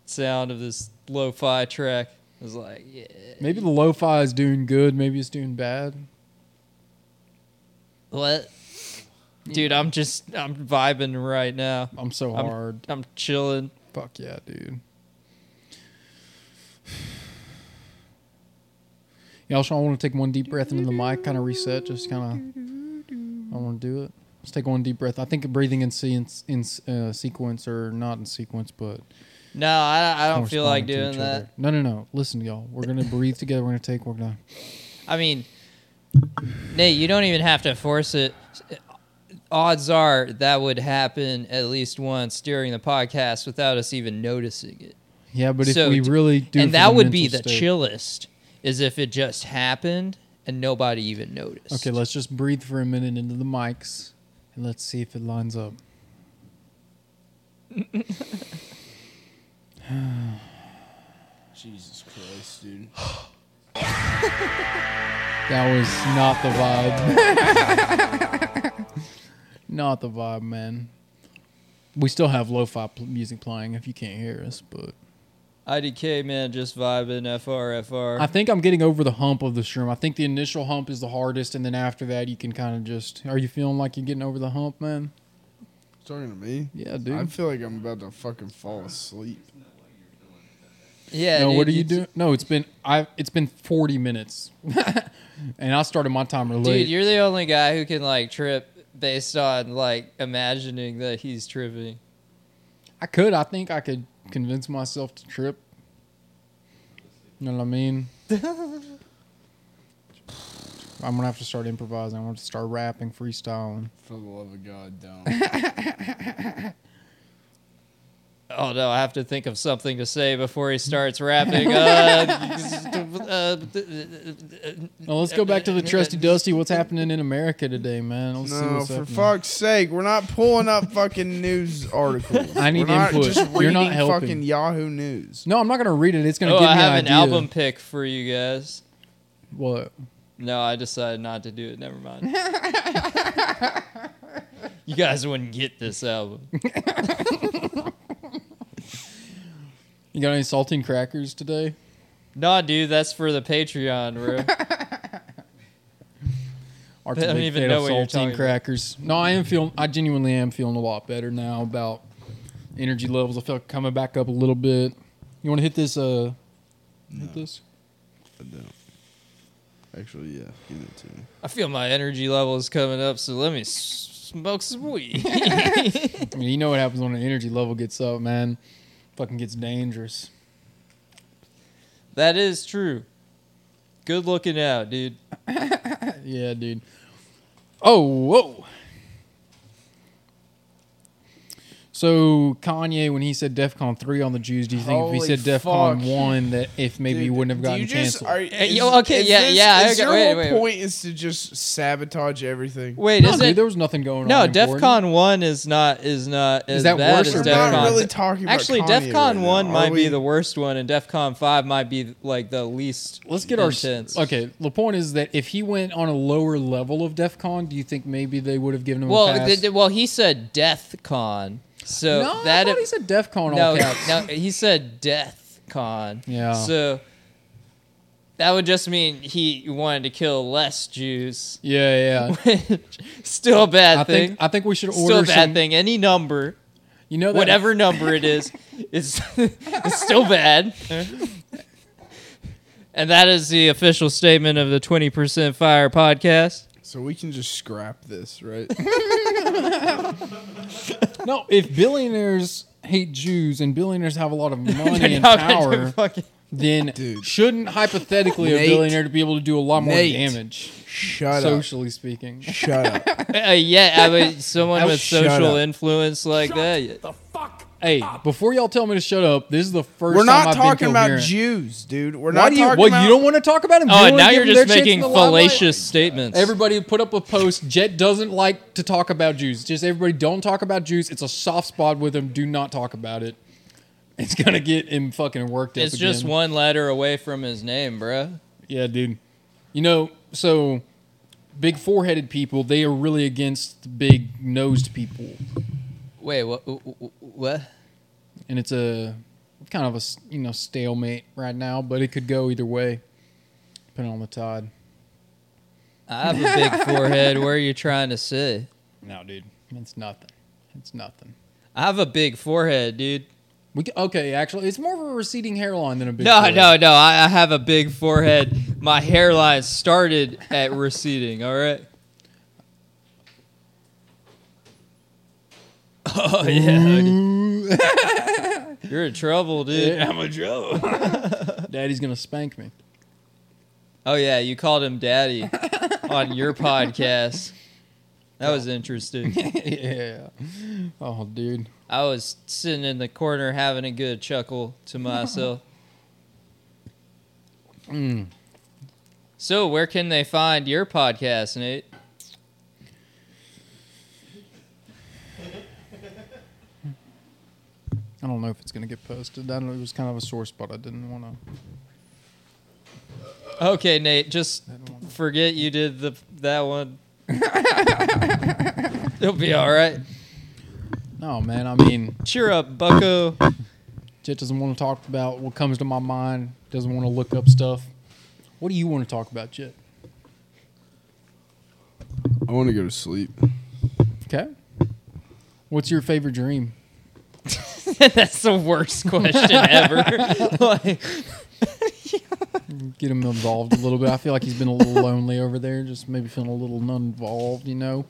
Speaker 4: sound of this lo-fi track. I was like, yeah.
Speaker 2: Maybe the lo-fi is doing good. Maybe it's doing bad.
Speaker 4: What? Dude, I'm just I'm vibing right now.
Speaker 2: I'm so
Speaker 4: I'm-
Speaker 2: hard.
Speaker 4: I'm chilling.
Speaker 2: Fuck yeah, dude. Y'all sure I want to take one deep breath into the mic, kind of reset, just kind of. I want to do it. Let's take one deep breath. I think breathing in, se- in, in uh, sequence or not in sequence, but
Speaker 4: No, I, I don't feel like
Speaker 2: corresponding to
Speaker 4: doing
Speaker 2: each
Speaker 4: that.
Speaker 2: other. No, no, no. Listen, y'all. We're gonna breathe together. We're gonna take. We're gonna.
Speaker 4: I mean, Nate, you don't even have to force it. Odds are that would happen at least once during the podcast without us even noticing it.
Speaker 2: Yeah, but if
Speaker 4: So
Speaker 2: we
Speaker 4: d-
Speaker 2: really do, for
Speaker 4: and that would
Speaker 2: mental
Speaker 4: be the
Speaker 2: state-
Speaker 4: chillest, is if it just happened and nobody even noticed.
Speaker 2: Okay, let's just breathe for a minute into the mics, and let's see if it lines up.
Speaker 1: Jesus Christ, dude.
Speaker 2: That was not the vibe. not the vibe, man. We still have lo-fi pl- music playing if you can't hear us, but
Speaker 4: IDK man, just vibing. Fr fr.
Speaker 2: I think I'm getting over the hump of the shroom. I think the initial hump is the hardest, and then after that, you can kind of just. Are you feeling like you're getting over the hump, man?
Speaker 1: Talking to me?
Speaker 2: Yeah, dude.
Speaker 1: I feel like I'm about to fucking fall asleep.
Speaker 4: yeah.
Speaker 2: no, what
Speaker 4: dude,
Speaker 2: are you doing? No, it's been I. It's been 40 minutes, and I started my timer late.
Speaker 4: Dude, you're the only guy who can like trip based on like imagining that he's tripping.
Speaker 2: I could. I think I could convince myself to trip. You know what I mean? I'm gonna have to start improvising. I'm gonna have to start rapping, freestyling.
Speaker 1: For the love of God, don't.
Speaker 4: Oh no, I have to think of something to say before
Speaker 2: Mm.
Speaker 4: he starts rapping. Uh, uh,
Speaker 2: Now let's go back to the trusty dusty. What's happening in America today, man? Let's see
Speaker 1: no,
Speaker 2: what's
Speaker 1: for
Speaker 2: happening.
Speaker 1: fuck's sake, we're not pulling up fucking news articles.
Speaker 2: I need
Speaker 1: we're not
Speaker 2: input.
Speaker 1: Just
Speaker 2: You're
Speaker 1: reading
Speaker 2: not helping.
Speaker 1: fucking Yahoo News.
Speaker 2: No, I'm not gonna read it. It's gonna
Speaker 4: oh,
Speaker 2: give me
Speaker 4: I have
Speaker 2: an
Speaker 4: an
Speaker 2: idea.
Speaker 4: album pick for you guys.
Speaker 2: What?
Speaker 4: No, I decided not to do it. Never mind. you guys wouldn't get this album.
Speaker 2: You got any saltine crackers today?
Speaker 4: No, dude, that's for the Patreon, bro.
Speaker 2: Art's
Speaker 4: I
Speaker 2: a
Speaker 4: don't
Speaker 2: big
Speaker 4: even
Speaker 2: fan
Speaker 4: know
Speaker 2: of
Speaker 4: what you're
Speaker 2: saltine
Speaker 4: talking about.
Speaker 2: crackers. No, I am feeling. I genuinely am feeling a lot better now about energy levels. I feel coming back up a little bit. You want to hit this? Uh, hit this.
Speaker 1: I don't. Actually, yeah, give it to me.
Speaker 4: I feel my energy levels coming up, so let me s- smoke some weed.
Speaker 2: I mean, you know what happens when an energy level gets up, man. Fucking gets dangerous.
Speaker 4: that is true. Good looking out, dude.
Speaker 2: Yeah, dude. Oh, whoa. So Kanye, when he said DefCon three on the Jews, do you think if he
Speaker 1: Holy
Speaker 2: said DefCon
Speaker 1: fuck.
Speaker 2: one that if maybe he
Speaker 1: Dude,
Speaker 2: wouldn't have
Speaker 1: do you
Speaker 2: gotten
Speaker 1: just-
Speaker 2: canceled?
Speaker 1: are-
Speaker 4: Hey,
Speaker 1: is-
Speaker 4: yo, okay,
Speaker 1: is
Speaker 4: yeah,
Speaker 1: this-
Speaker 4: yeah,
Speaker 1: Is
Speaker 4: okay,
Speaker 1: your
Speaker 4: wait,
Speaker 1: whole
Speaker 4: wait, wait.
Speaker 1: point is to just sabotage everything?
Speaker 4: Wait,
Speaker 2: No,
Speaker 4: is
Speaker 2: dude,
Speaker 4: it?
Speaker 2: there was nothing going
Speaker 4: No,
Speaker 2: on.
Speaker 4: DEF
Speaker 2: DefCon.
Speaker 4: CON 1 is not is not
Speaker 2: Is
Speaker 4: as
Speaker 2: that
Speaker 4: bad
Speaker 2: worse
Speaker 4: as
Speaker 2: or
Speaker 1: We're
Speaker 4: DEF
Speaker 2: better?
Speaker 1: not
Speaker 4: CON.
Speaker 1: really talking about
Speaker 4: Actually,
Speaker 1: Kanye
Speaker 4: DEF CON
Speaker 1: right
Speaker 4: 1
Speaker 1: now,
Speaker 4: might
Speaker 1: are
Speaker 4: be
Speaker 1: we?
Speaker 4: the worst one, and DEF CON 5 might be like the least
Speaker 2: Let's get our
Speaker 4: intense.
Speaker 2: okay. The point is that if he went on a lower level of DEF CON, do you think maybe they would have given him a
Speaker 4: Well,
Speaker 2: pass?
Speaker 4: th- th- well, he said DEF CON. So
Speaker 2: no, I
Speaker 4: that
Speaker 2: thought he said DEF CON all
Speaker 4: no,
Speaker 2: caps.
Speaker 4: no, he said Death Con.
Speaker 2: Yeah.
Speaker 4: So that would just mean he wanted to kill less Jews.
Speaker 2: Yeah, yeah.
Speaker 4: Still a bad
Speaker 2: I
Speaker 4: thing.
Speaker 2: think I think we should order
Speaker 4: still a bad
Speaker 2: some-
Speaker 4: thing. Any number,
Speaker 2: You know that,
Speaker 4: whatever number it is, is it's still bad. And that is the official statement of the 20% Fire podcast.
Speaker 1: So we can just scrap this, right?
Speaker 2: No, if billionaires hate Jews and billionaires have a lot of money and
Speaker 4: Not gonna
Speaker 2: power,
Speaker 4: fucking-
Speaker 2: then
Speaker 1: Dude.
Speaker 2: shouldn't hypothetically a
Speaker 1: Nate.
Speaker 2: billionaire to be able to do a lot more
Speaker 1: Nate.
Speaker 2: damage,
Speaker 1: Shut
Speaker 2: socially speaking.
Speaker 1: up. Shut up.
Speaker 4: Uh, yeah, I mean, someone
Speaker 1: Oh,
Speaker 4: with
Speaker 1: shut
Speaker 4: social
Speaker 1: up.
Speaker 4: influence like that. Oh, yeah.
Speaker 2: Hey, before y'all tell me to shut up, this is the 1st
Speaker 1: We're
Speaker 2: time
Speaker 1: not
Speaker 2: I've
Speaker 1: talking
Speaker 2: been
Speaker 1: about
Speaker 2: coherent.
Speaker 1: Jews, dude. We're
Speaker 2: Why
Speaker 1: not
Speaker 2: do you,
Speaker 1: talking
Speaker 2: what,
Speaker 1: about
Speaker 2: you don't want to talk about him?
Speaker 4: Oh,
Speaker 2: You don't
Speaker 4: now
Speaker 2: give
Speaker 4: you're
Speaker 2: him
Speaker 4: just
Speaker 2: their chance in
Speaker 4: making
Speaker 2: the limelight?
Speaker 4: fallacious statements.
Speaker 2: Everybody put up a post. Jet doesn't like to talk about Jews. Just everybody don't talk about Jews. It's a soft spot with him. Do not talk about it. It's gonna get him fucking worked up.
Speaker 4: it's just
Speaker 2: again.
Speaker 4: one letter away from his name, bruh.
Speaker 2: Yeah, dude. You know, so big foreheaded people, they are really against big nosed people,
Speaker 4: Wait, what? What?
Speaker 2: and it's a kind of a s- you know stalemate right now. But it could go either way, depending on the tide.
Speaker 4: I have a big forehead. Where are you trying to say?
Speaker 2: No, dude, it's nothing. It's nothing.
Speaker 4: I have a big forehead, dude.
Speaker 2: We c okay, actually, it's more of a receding hairline than a big.
Speaker 4: No,
Speaker 2: forehead.
Speaker 4: no, no. I, I have a big forehead. My hairline started at receding. All right. Oh yeah. dude. You're in trouble, dude.
Speaker 2: Yeah, I'm a Joe. Daddy's gonna spank me.
Speaker 4: Oh yeah, you called him daddy on your podcast. That was interesting.
Speaker 2: yeah. Oh, dude.
Speaker 4: I was sitting in the corner having a good chuckle to myself.
Speaker 2: Mm.
Speaker 4: So, where can they find your podcast, Nate?
Speaker 2: I don't know if it's gonna get posted. I don't know. It was kind of a sore spot. I didn't want to.
Speaker 4: Okay, Nate, just forget you did the that one. It'll be all right.
Speaker 2: No, man. I mean,
Speaker 4: Cheer up, Bucko.
Speaker 2: Jet doesn't want to talk about what comes to my mind. Doesn't want to look up stuff. What do you want to talk about, Jet?
Speaker 1: I want to go to sleep.
Speaker 2: Okay. What's your favorite dream?
Speaker 4: That's the worst question ever. like,
Speaker 2: Get him involved a little bit. I feel like he's been a little lonely over there. Just maybe feeling a little uninvolved. You know,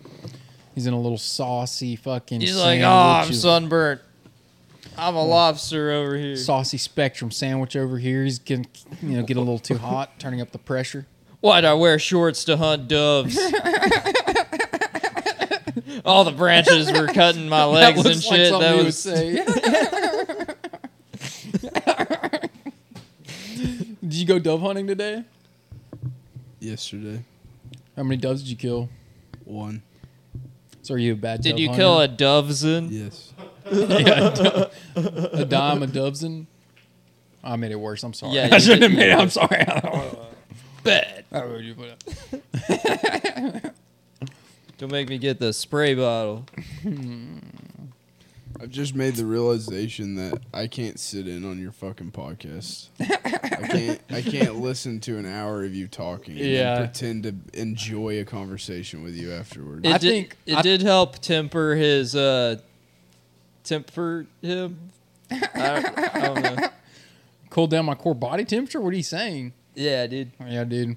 Speaker 2: he's in a little saucy fucking.
Speaker 4: he's like, oh,
Speaker 2: sandwich
Speaker 4: I'm
Speaker 2: of-
Speaker 4: sunburnt. I'm a lobster over here.
Speaker 2: saucy spectrum sandwich over here. He's getting, you know, get a little too hot, turning up the pressure.
Speaker 4: Why'd I wear shorts to hunt doves? All the branches were cutting my legs and shit. that was
Speaker 2: say. did you go dove hunting today?
Speaker 1: Yesterday,
Speaker 2: How many doves did you kill?
Speaker 1: one.
Speaker 2: So are you a bad?
Speaker 4: Did
Speaker 2: dove
Speaker 4: you
Speaker 2: hunter?
Speaker 4: kill a doveson?
Speaker 1: Yes.
Speaker 2: a dime a doveson? I made it worse. I'm sorry.
Speaker 4: Yeah,
Speaker 2: I
Speaker 4: you
Speaker 2: shouldn't have
Speaker 4: did.
Speaker 2: made it. I'm sorry. I don't know.
Speaker 4: Bad.
Speaker 2: I don't know what you put up.
Speaker 4: Don't make me get the spray bottle.
Speaker 1: I've just made the realization that I can't sit in on your fucking podcast. I can't. I can't listen to an hour of you talking. And
Speaker 4: Yeah.
Speaker 1: then pretend to enjoy a conversation with you afterwards.
Speaker 4: It
Speaker 2: I
Speaker 4: did,
Speaker 2: think-
Speaker 4: it
Speaker 2: I-
Speaker 4: did help temper his uh temper him. I don't, I don't know.
Speaker 2: Cool down my core body temperature. What are you saying?
Speaker 4: Yeah, dude.
Speaker 2: Yeah, dude.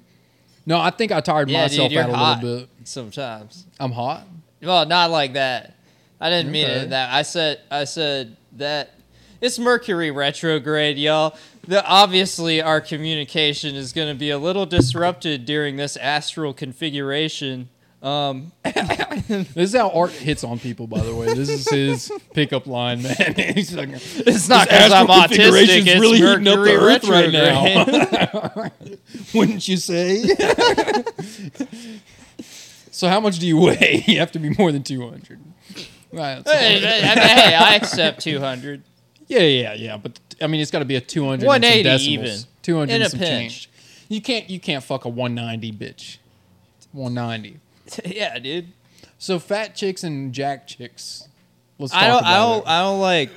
Speaker 2: No, I think I tired
Speaker 4: Yeah,
Speaker 2: myself
Speaker 4: dude, you're
Speaker 2: out a
Speaker 4: hot
Speaker 2: little bit.
Speaker 4: sometimes.
Speaker 2: I'm hot.
Speaker 4: Well, not like that. I didn't mean
Speaker 2: Okay.
Speaker 4: it that. I said I said that it's Mercury retrograde, y'all. The, obviously, our communication is going to be a little disrupted during this astral configuration. Um,
Speaker 2: This is how art hits on people, by the way. This is his pickup line, man. He's like,
Speaker 4: it's not
Speaker 2: This
Speaker 4: because I'm
Speaker 2: astral
Speaker 4: autistic.
Speaker 2: configuration's
Speaker 4: It's
Speaker 2: really heating up
Speaker 4: Mercury
Speaker 2: the earth right
Speaker 4: retrograde.
Speaker 2: now. wouldn't you say? so, how much do you weigh? You have to be more than 200. Right. that's
Speaker 4: hey,
Speaker 2: all.
Speaker 4: hey, I mean, hey, I accept 200.
Speaker 2: Yeah, yeah, yeah. But I mean, it's got to be a 200 and some
Speaker 4: 180
Speaker 2: decimals.
Speaker 4: even.
Speaker 2: 200
Speaker 4: In
Speaker 2: and
Speaker 4: a
Speaker 2: some
Speaker 4: pinch.
Speaker 2: change. You can't, you can't fuck a 190 bitch. 190.
Speaker 4: yeah, dude.
Speaker 2: So, fat chicks and jack chicks. Let's talk
Speaker 4: I don't.
Speaker 2: about
Speaker 4: I don't.
Speaker 2: it.
Speaker 4: I don't like.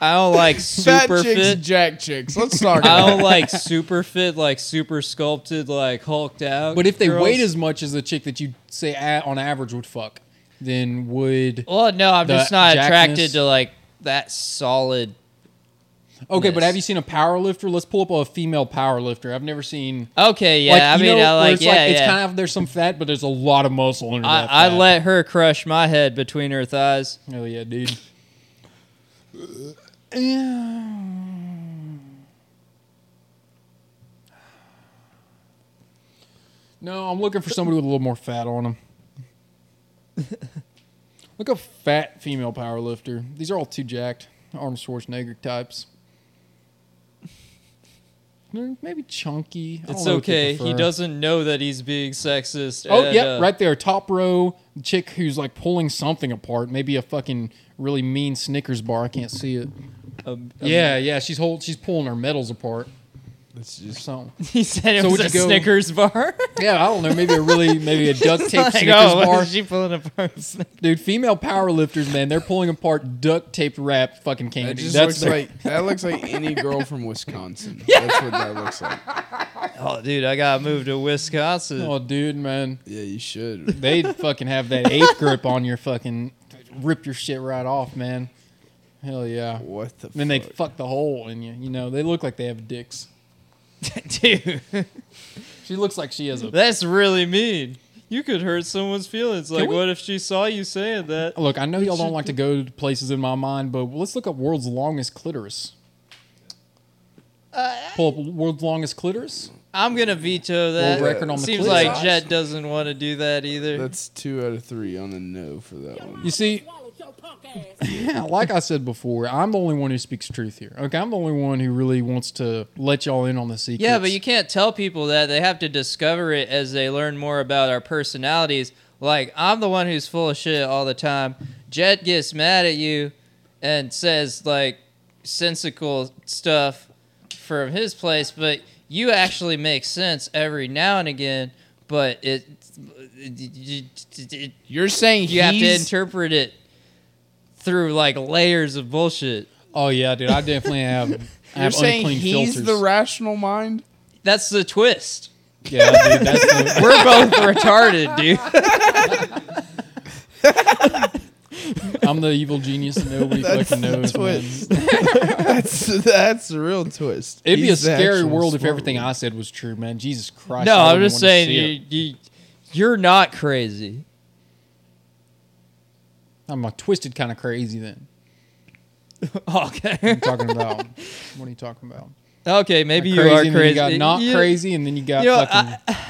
Speaker 4: I don't like
Speaker 1: Fat
Speaker 4: super
Speaker 1: chicks,
Speaker 4: fit.
Speaker 1: jack chicks. Let's talk.
Speaker 4: I
Speaker 1: about
Speaker 4: don't like super fit, like super sculpted, like hulked out.
Speaker 2: But if they
Speaker 4: girls.
Speaker 2: weighed as much as the chick that you say a on average would fuck, then would
Speaker 4: well, no, I'm
Speaker 2: the
Speaker 4: just not attracted
Speaker 2: jackness-
Speaker 4: to like that solid
Speaker 2: Okay, but
Speaker 4: Yes.
Speaker 2: have you seen a power lifter? Let's pull up a female power lifter. I've never seen.
Speaker 4: Okay, yeah. I
Speaker 2: you
Speaker 4: mean,
Speaker 2: know,
Speaker 4: I
Speaker 2: where
Speaker 4: like,
Speaker 2: it's
Speaker 4: yeah,
Speaker 2: It's
Speaker 4: yeah.
Speaker 2: kind of there's some fat, but there's a lot of muscle under that.
Speaker 4: I, I
Speaker 2: fat.
Speaker 4: let her crush my head between her thighs.
Speaker 2: Oh yeah, dude. No, I'm looking for somebody with a little more fat on them. Look up fat female power lifter. These are all too jacked. Arnold Schwarzenegger types. Mm, Maybe chunky. I don't
Speaker 4: It's
Speaker 2: know what they
Speaker 4: okay. He
Speaker 2: prefer.
Speaker 4: doesn't know that he's being sexist.
Speaker 2: Oh
Speaker 4: and,
Speaker 2: yeah,
Speaker 4: uh,
Speaker 2: right there, top row chick who's like pulling something apart. Maybe a fucking really mean Snickers bar. I can't see it.
Speaker 4: um, um,
Speaker 2: Yeah, yeah, she's hold, she's pulling her medals apart
Speaker 1: It's
Speaker 2: or
Speaker 1: just
Speaker 2: something.
Speaker 4: He said it
Speaker 2: So
Speaker 4: was
Speaker 2: would
Speaker 4: a
Speaker 2: you go-
Speaker 4: Snickers bar.
Speaker 2: Yeah, I don't know. Maybe a really maybe a duct tape
Speaker 4: Like,
Speaker 2: Snickers
Speaker 4: oh,
Speaker 2: bar.
Speaker 4: she pulling apart? Snickers?
Speaker 2: Dude, female power lifters, man, they're pulling apart duct tape wrapped fucking
Speaker 1: that
Speaker 2: candy.
Speaker 1: just
Speaker 2: That's
Speaker 1: looks
Speaker 2: their-
Speaker 1: like that looks like any girl from Wisconsin. That's what that looks like.
Speaker 4: Oh, dude, I gotta move to Wisconsin.
Speaker 2: oh, dude, man,
Speaker 1: Yeah, you should.
Speaker 2: they fucking have that eighth grip on your fucking rip your shit right off, man. Hell yeah.
Speaker 1: What the?
Speaker 2: Then they
Speaker 1: fuck?
Speaker 2: fuck the hole in you. You know, they look like they have dicks.
Speaker 4: dude,
Speaker 2: She looks like she has a.
Speaker 4: that's really mean. You could hurt someone's feelings. Like,
Speaker 2: we-
Speaker 4: what if she saw you saying that?
Speaker 2: Look, I know y'all don't like to go to places in my mind, but let's look up world's longest clitoris. Pull up world's longest clitoris.
Speaker 4: I'm gonna veto that.
Speaker 2: World record on the
Speaker 4: Seems
Speaker 2: clit
Speaker 4: like
Speaker 2: size?
Speaker 4: Jet doesn't want to do that either.
Speaker 1: That's two out of three on the no for that one.
Speaker 2: You see, yeah, like I said before, I'm the only one who speaks truth here. Okay, I'm the only one who really wants to let y'all in on the secrets.
Speaker 4: Yeah, but you can't tell people that. They have to discover it as they learn more about our personalities. Like, I'm the one who's full of shit all the time. Jet gets mad at you and says, like, sensical stuff from his place, but you actually make sense every now and again, but it. it, it, it
Speaker 1: You're saying
Speaker 4: you have to
Speaker 1: he's-
Speaker 4: interpret it through, like, layers of bullshit.
Speaker 2: Oh yeah, dude, I definitely have. I
Speaker 1: You're
Speaker 2: have
Speaker 1: saying
Speaker 2: unclean
Speaker 1: he's
Speaker 2: filters.
Speaker 1: the rational mind.
Speaker 4: That's the twist.
Speaker 2: yeah, dude, that's the,
Speaker 4: We're both retarded, dude.
Speaker 2: I'm the evil genius and nobody
Speaker 1: That's
Speaker 2: fucking
Speaker 1: the
Speaker 2: knows. man.
Speaker 1: twist. that's that's the real twist.
Speaker 2: It'd be a
Speaker 1: He's the
Speaker 2: scary
Speaker 1: actual
Speaker 2: world if
Speaker 1: smart
Speaker 2: everything
Speaker 1: one.
Speaker 2: I said was true, man. Jesus Christ.
Speaker 4: No,
Speaker 2: I
Speaker 4: I'm
Speaker 2: wouldn't
Speaker 4: just
Speaker 2: want to
Speaker 4: saying
Speaker 2: see it.
Speaker 4: you, you you're not crazy.
Speaker 2: I'm a twisted kind of crazy then.
Speaker 4: Okay.
Speaker 2: I'm talking about. what are you talking about?
Speaker 4: okay, maybe you
Speaker 2: crazy,
Speaker 4: are
Speaker 2: and
Speaker 4: crazy.
Speaker 2: Then you got not
Speaker 4: You-
Speaker 2: crazy, and then you got
Speaker 4: You know,
Speaker 2: fucking. I,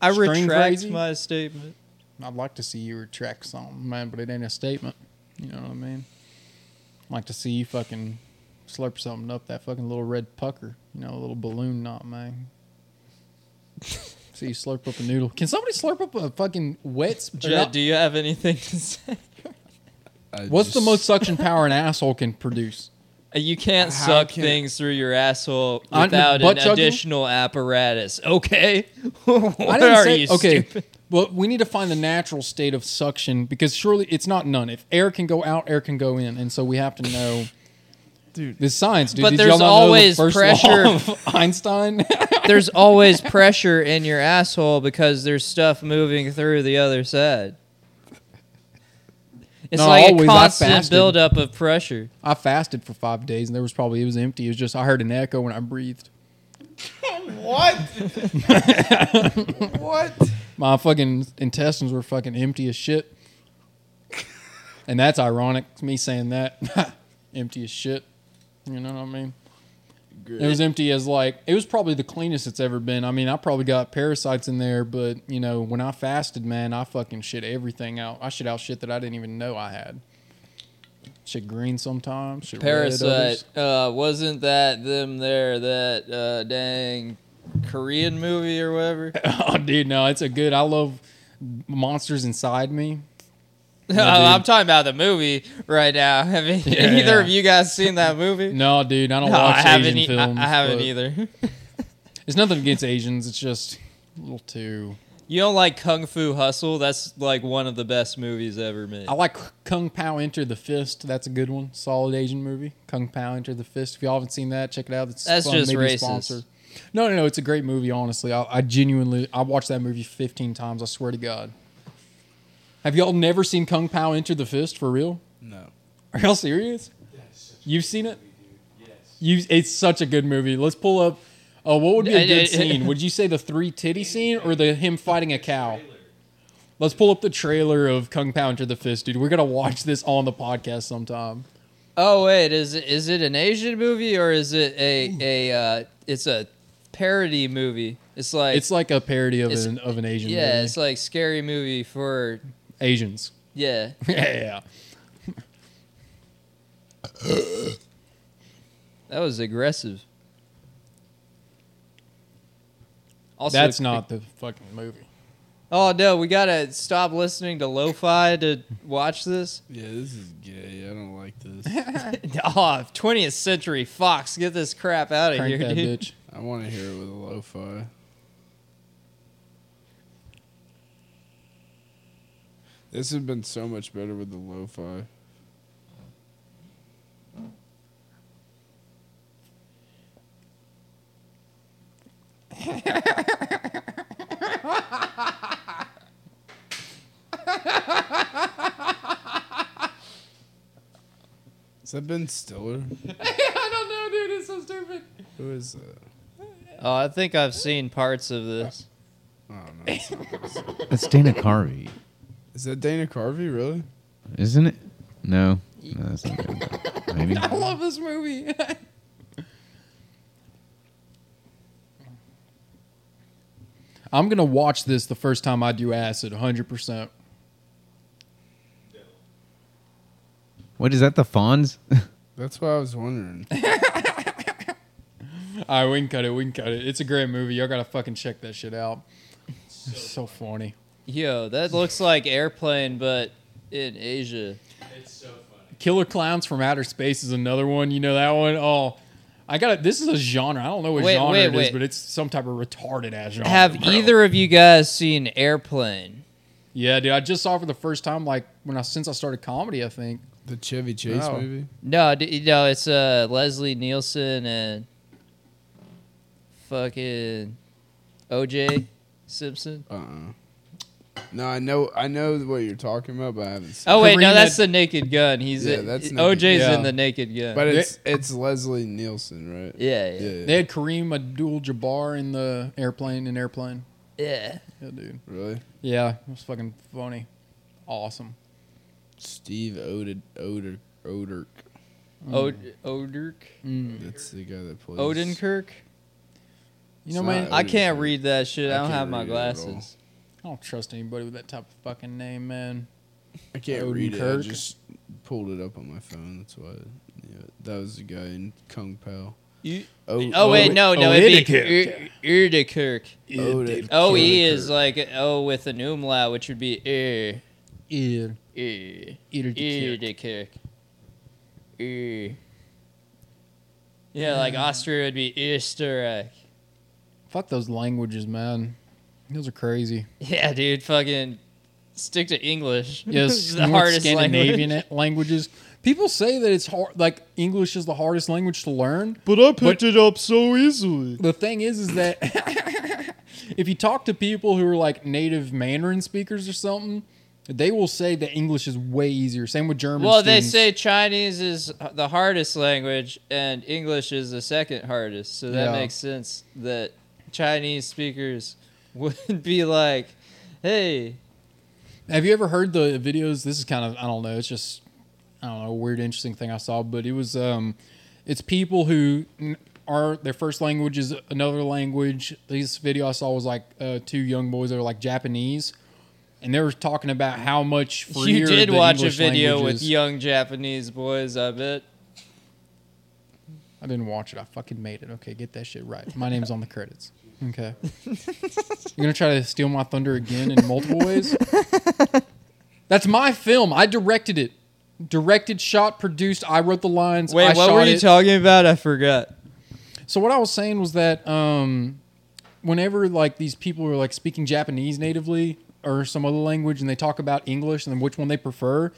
Speaker 4: I
Speaker 2: String
Speaker 4: retract
Speaker 2: crazy?
Speaker 4: my statement.
Speaker 2: would like to see you retract something, man, but it ain't a statement. You know what I mean? I'd like to see you fucking slurp something up that fucking little red pucker. You know, a little balloon knot, man. see you slurp up a noodle. Can somebody slurp up a fucking wet? Sp- or
Speaker 4: Jet,
Speaker 2: not-
Speaker 4: do you have anything to say?
Speaker 1: I
Speaker 2: What's the
Speaker 1: just-
Speaker 2: most suction power an asshole can produce?
Speaker 4: You can't
Speaker 1: How
Speaker 4: suck
Speaker 1: can-
Speaker 4: things through your asshole
Speaker 2: Un-
Speaker 4: without an
Speaker 2: butt chugging?
Speaker 4: additional apparatus. Okay. what
Speaker 2: I didn't
Speaker 4: are
Speaker 2: say
Speaker 4: you
Speaker 2: okay.
Speaker 4: stupid?
Speaker 2: Well, we need to find the natural state of suction because surely it's not none. If air can go out, air can go in, and so we have to know.
Speaker 1: Dude.
Speaker 2: this science, dude.
Speaker 4: But
Speaker 2: Did
Speaker 4: there's
Speaker 2: y'all not know the
Speaker 4: always
Speaker 2: first law
Speaker 4: pressure.
Speaker 2: of Einstein.
Speaker 4: There's always pressure in your asshole because there's stuff moving through the other side. It's
Speaker 2: Not
Speaker 4: like
Speaker 2: always,
Speaker 4: a
Speaker 2: I
Speaker 4: constant
Speaker 2: fasted.
Speaker 4: buildup of pressure.
Speaker 2: I fasted for five days, and there was probably it was empty. It was just I heard an echo when I breathed.
Speaker 1: What? what?
Speaker 2: My fucking intestines were fucking empty as shit. And that's ironic. Me saying that, empty as shit. You know what I mean? It was empty as like it was probably the cleanest it's ever been. I mean, I probably got parasites in there, but you know, when I fasted, man, I fucking shit everything out. I shit out shit that I didn't even know I had. Shit green sometimes. Shit Red
Speaker 4: Parasite.
Speaker 2: others.
Speaker 4: Uh, wasn't that them there? That uh, dang Korean movie or whatever.
Speaker 2: oh, dude, no, it's a good. I love monsters inside me.
Speaker 4: I'm talking about the movie right now. Have e-
Speaker 2: Yeah,
Speaker 4: either
Speaker 2: yeah.
Speaker 4: of you guys seen that movie?
Speaker 2: No, dude, I don't
Speaker 4: No,
Speaker 2: watch
Speaker 4: I haven't.
Speaker 2: Asian
Speaker 4: e- I-
Speaker 2: films.
Speaker 4: I, haven't
Speaker 2: but-
Speaker 4: either.
Speaker 2: It's nothing against Asians. It's just a little too.
Speaker 4: You don't like Kung Fu Hustle? That's like one of the best movies ever made.
Speaker 2: I like Kung Pao Enter the Fist. That's a good one. Solid Asian movie. Kung Pao Enter the Fist. If y'all haven't seen that, check it out. It's
Speaker 4: That's
Speaker 2: fun.
Speaker 4: just
Speaker 2: Maybe
Speaker 4: racist.
Speaker 2: sponsor. No, no, no. It's a great movie. Honestly, I, I genuinely I watched that movie 15 times. I swear to God. Have y'all never seen Kung Pao Enter the Fist for real?
Speaker 1: No.
Speaker 2: Are y'all serious? You've seen it? You, it's such a good movie. Let's pull up. Oh, what would be a
Speaker 4: Uh,
Speaker 2: good
Speaker 4: uh,
Speaker 2: scene? Would you say the three titty scene or the him fighting a cow? Let's pull up the trailer of Kung Pao into the Fist, dude. We're gonna watch this on the podcast sometime.
Speaker 4: Oh wait, is it is it an Asian movie or is it a a uh, it's a parody movie? It's like
Speaker 2: It's like a parody of
Speaker 4: It's-
Speaker 2: an of an Asian.
Speaker 4: yeah,
Speaker 2: movie.
Speaker 4: it's like scary movie for
Speaker 2: Asians.
Speaker 4: yeah.
Speaker 2: Yeah.
Speaker 4: That was aggressive. Also,
Speaker 2: That's not the fucking movie.
Speaker 4: Oh no, we gotta stop listening to lo-fi to watch this.
Speaker 1: Yeah, this is gay. I don't like this.
Speaker 4: Oh, 20th century Fox, get this crap out of
Speaker 2: Crank
Speaker 4: here,
Speaker 2: that
Speaker 4: dude.
Speaker 2: bitch.
Speaker 1: I want to hear it with a lo-fi. This has been so much better with the lo-fi. Has that Ben Stiller?
Speaker 2: I don't know, dude. It's so stupid.
Speaker 1: Who is that?
Speaker 4: Oh, I think I've seen parts of this.
Speaker 1: I don't know.
Speaker 3: That's Dana Carvey,
Speaker 1: Is that Dana Carvey, really?
Speaker 3: isn't it? No, no that's not good. Maybe.
Speaker 2: I love this movie. I'm gonna watch this the first time I do acid, 100. percent
Speaker 3: Wait, is that the Fonz?
Speaker 1: That's why I was wondering.
Speaker 2: All right, we can cut it. We can cut it. It's a great movie. Y'all gotta fucking check that shit out. It's so funny.
Speaker 4: Yo, that looks like airplane, but in Asia.
Speaker 2: Killer Clowns from Outer Space is another one. You know that one? Oh, I got to This is a genre. I don't know what
Speaker 4: Wait,
Speaker 2: genre
Speaker 4: wait,
Speaker 2: it is,
Speaker 4: wait.
Speaker 2: but it's some type of retarded ass genre.
Speaker 4: Have
Speaker 2: bro.
Speaker 4: either of you guys seen Airplane?
Speaker 2: Yeah, dude. I just saw it for the first time, like when I since I started comedy. I think.
Speaker 1: The Chevy Chase
Speaker 2: No.
Speaker 1: movie?
Speaker 4: No, d- no, it's uh, Leslie Nielsen and fucking OJ Simpson.
Speaker 1: Uh uh No, I know I know what you're talking about, but I haven't seen
Speaker 4: Oh wait,
Speaker 2: Karina-
Speaker 4: no, that's the Naked Gun. He's
Speaker 1: Yeah,
Speaker 4: in-
Speaker 1: that's
Speaker 4: OJ's
Speaker 2: Naked-
Speaker 4: in
Speaker 2: Yeah.
Speaker 4: the Naked Gun.
Speaker 1: it. But it's it's Leslie Nielsen, right?
Speaker 4: yeah, yeah,
Speaker 1: Yeah,
Speaker 2: They had Kareem Abdul-Jabbar in the airplane in airplane.
Speaker 4: yeah.
Speaker 2: Yeah, dude.
Speaker 1: Really?
Speaker 2: Yeah, it was fucking funny. Awesome.
Speaker 1: Steve Oded Oder Oderk. Hmm.
Speaker 4: Od- Oderk,
Speaker 2: Mm.
Speaker 1: That's the guy that plays
Speaker 4: Odenkirk.
Speaker 2: You know,
Speaker 1: It's
Speaker 2: man,
Speaker 1: not-
Speaker 2: I,
Speaker 4: I can't
Speaker 1: Odenkirk.
Speaker 4: read that shit. I
Speaker 1: I
Speaker 4: don't
Speaker 1: can't
Speaker 4: have my
Speaker 1: read it at all.
Speaker 4: glasses.
Speaker 2: I don't trust anybody with that type of fucking name, man.
Speaker 1: I can't read it. I
Speaker 2: Odenkirk.
Speaker 1: just pulled it up on my phone. That's why. Yeah, that was the guy in Kung Pao.
Speaker 4: You-
Speaker 1: Oh,
Speaker 4: Oh wait, no, no, it'd be
Speaker 2: Odenkirk.
Speaker 4: Ir- Odenkirk.
Speaker 1: Odenkirk.
Speaker 4: O e is like a O with an umlaut, which would be er,
Speaker 2: Yeah.
Speaker 4: er,
Speaker 2: Odenkirk.
Speaker 4: Odenkirk. Er. Yeah, like Austria would be Österreich.
Speaker 2: Fuck those languages, man. Those are crazy.
Speaker 4: Yeah, dude, fucking stick to English.
Speaker 2: Yes,
Speaker 4: the
Speaker 2: North
Speaker 4: hardest
Speaker 2: Scandinavian
Speaker 4: language.
Speaker 2: languages. People say that it's hard. Like English is the hardest language to learn.
Speaker 1: But I
Speaker 2: picked
Speaker 1: it up so easily.
Speaker 2: The thing is, is that if you talk to people who are like native Mandarin speakers or something, they will say that English is way easier. Same with German.
Speaker 4: Well, they
Speaker 2: students.
Speaker 4: say Chinese is the hardest language and English is the second hardest. So that
Speaker 2: Yeah.
Speaker 4: makes sense that Chinese speakers would be like, hey,
Speaker 2: Have you ever heard the videos? This is kind of I don't know. It's just I don't know a weird, interesting thing I saw, but it was um, it's people who n- are their first language is another language. This video I saw was like uh, two young boys that are like Japanese, and they were talking about how much freer
Speaker 4: you did
Speaker 2: the
Speaker 4: watch
Speaker 2: English
Speaker 4: a video
Speaker 2: language
Speaker 4: with
Speaker 2: is.
Speaker 4: young Japanese boys, I bet.
Speaker 2: I didn't watch it. I fucking made it. Okay, get that shit right. My name's on the credits. Okay. You're gonna try to steal my thunder again in multiple ways? That's my film. I directed it. Directed, shot, produced. I wrote the lines.
Speaker 4: Wait,
Speaker 2: I
Speaker 4: what
Speaker 2: shot
Speaker 4: were you
Speaker 2: it.
Speaker 4: talking about? I forgot.
Speaker 2: So what I was saying was that um, whenever like these people are like speaking Japanese natively or some other language, and they talk about English and then which one they prefer,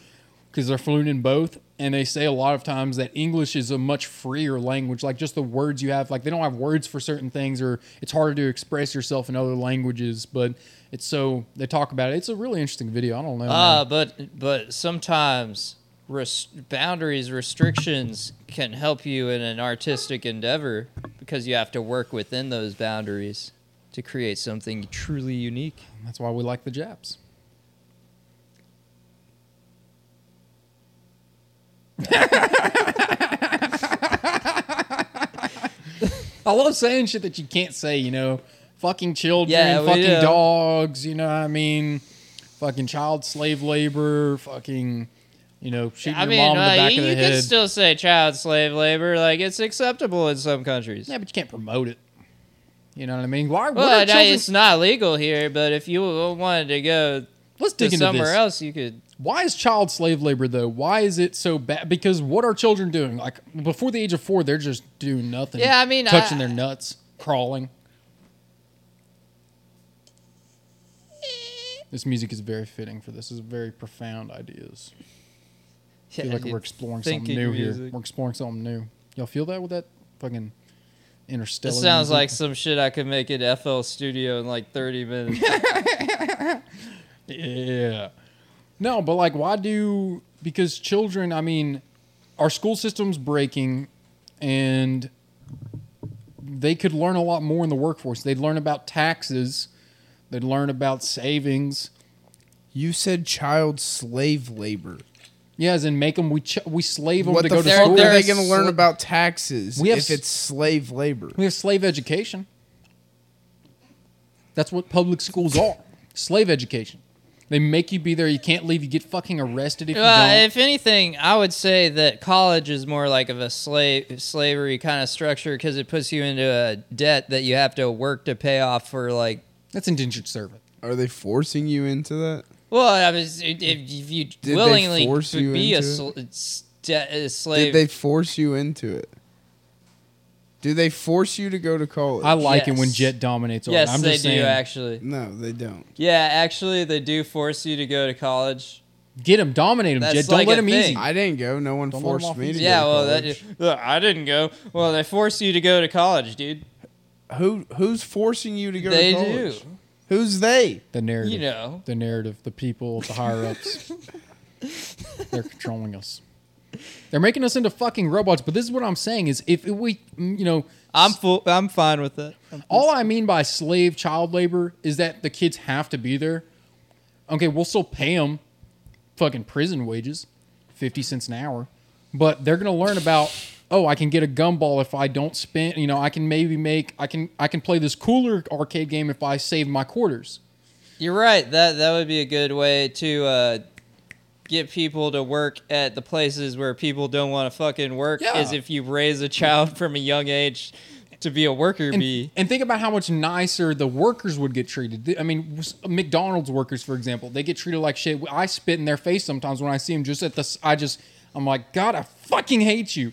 Speaker 2: because they're fluent in both, and they say a lot of times that English is a much freer language. Like just the words you have, like they don't have words for certain things, or it's harder to express yourself in other languages. But Oh, it's so they talk about it. It's a really interesting video. I don't know. man.
Speaker 4: Ah, but but Ah, sometimes res- boundaries restrictions can help you in an artistic endeavor because you have to work within those boundaries to create something truly unique.
Speaker 2: That's why we like the Japs. I love saying shit that you can't say, you know, fucking children,
Speaker 4: Yeah, we
Speaker 2: fucking
Speaker 4: do.
Speaker 2: dogs, you know what I mean? Fucking child slave labor, fucking, you know, shooting
Speaker 4: I
Speaker 2: your
Speaker 4: mean,
Speaker 2: mom in the
Speaker 4: uh,
Speaker 2: back
Speaker 4: you,
Speaker 2: of the
Speaker 4: you
Speaker 2: head.
Speaker 4: can still say child slave labor, like it's acceptable in some countries.
Speaker 2: yeah, but you can't promote it. You know what I mean? Why what
Speaker 4: well,
Speaker 2: are
Speaker 4: no,
Speaker 2: children-
Speaker 4: it's not legal here, but if you wanted to go
Speaker 2: Let's dig
Speaker 4: to
Speaker 2: into
Speaker 4: somewhere
Speaker 2: this.
Speaker 4: else, you could.
Speaker 2: Why is child slave labor though? Why is it so bad? Because what are children doing? Like before the age of four, they're just doing nothing.
Speaker 4: Yeah, I mean,
Speaker 2: touching
Speaker 4: I-
Speaker 2: their nuts, crawling. This music is very fitting for this. This is very profound ideas. I feel like we're exploring something
Speaker 4: thinking
Speaker 2: new here.
Speaker 4: music.
Speaker 2: We're exploring something new. Y'all feel that with that fucking interstellar?
Speaker 4: This sounds
Speaker 2: music?
Speaker 4: like some shit I could make at FL Studio in like 30 minutes.
Speaker 2: Yeah. No, but like, why do? Because children, I mean, our school system's breaking, and they could learn a lot more in the workforce. They'd learn about taxes. They'd learn about savings.
Speaker 1: You said child slave labor.
Speaker 2: Yeah, as in make them we ch- we slave them
Speaker 1: What
Speaker 2: to
Speaker 1: the
Speaker 2: go to
Speaker 1: fuck
Speaker 2: school.
Speaker 1: are
Speaker 4: They're
Speaker 1: they going to learn
Speaker 4: sla-
Speaker 1: about taxes
Speaker 2: We have
Speaker 1: if
Speaker 2: s-
Speaker 1: it's slave labor?
Speaker 2: We have slave education. That's what public schools are. slave education. They make you be there. You can't leave. You get fucking arrested if you
Speaker 4: Well,
Speaker 2: don't.
Speaker 4: if anything, I would say that college is more like of a slave slavery kind of structure because it puts you into a debt that you have to work to pay off for. Like,
Speaker 2: That's indentured servant.
Speaker 1: Are they forcing you into that?
Speaker 4: well, I was if, if you
Speaker 1: they
Speaker 4: willingly
Speaker 1: force
Speaker 4: would
Speaker 1: you
Speaker 4: be a,
Speaker 1: into
Speaker 4: sl- s- de- a slave,
Speaker 1: Did they force you into it? Do they force you to go to college?
Speaker 2: I like it when
Speaker 4: Yes.
Speaker 2: Jet dominates. all
Speaker 4: yes,
Speaker 2: that. I'm
Speaker 4: they
Speaker 2: just
Speaker 4: do
Speaker 2: saying,
Speaker 4: actually.
Speaker 1: no, they don't.
Speaker 4: Yeah, actually, they do force you to go to college.
Speaker 2: Get him, dominate him,
Speaker 4: That's
Speaker 2: Jet. Don't
Speaker 4: like
Speaker 2: let
Speaker 4: a
Speaker 2: him
Speaker 4: thing.
Speaker 2: easy.
Speaker 1: I didn't go. No one
Speaker 2: Don't let 'em
Speaker 1: forced
Speaker 2: off
Speaker 1: me to
Speaker 2: easy.
Speaker 1: go.
Speaker 4: Yeah,
Speaker 1: to
Speaker 4: well, that,
Speaker 1: college.
Speaker 4: look, I didn't go. Well, they force you to go to college, dude.
Speaker 1: who who's forcing you to go
Speaker 4: They
Speaker 1: to college?
Speaker 4: do.
Speaker 1: Who's they?
Speaker 2: The narrative,
Speaker 4: You know.
Speaker 2: the narrative, the people, the higher ups. They're controlling us. They're making us into fucking robots. But this is what I'm saying: is if we, you know,
Speaker 4: I'm full. I'm fine with it.
Speaker 2: all I mean by slave child labor is that the kids have to be there. Okay, we'll still pay them fucking prison wages, 50 cents an hour, but they're going to learn about, oh, I can get a gumball if I don't spend, you know, I can maybe make, I can, I can play this cooler arcade game if I save my quarters.
Speaker 4: You're right. That that would be a good way to uh, get people to work at the places where people don't want to fucking work.
Speaker 2: Yeah.
Speaker 4: Is if you raise a child from a young age to be a worker
Speaker 2: and,
Speaker 4: bee.
Speaker 2: and think about how much nicer the workers would get treated. Th- I mean, s- McDonald's workers, for example, they get treated like shit. I spit in their face sometimes when I see them. Just at the, s- I just, I'm like, God, I fucking hate you.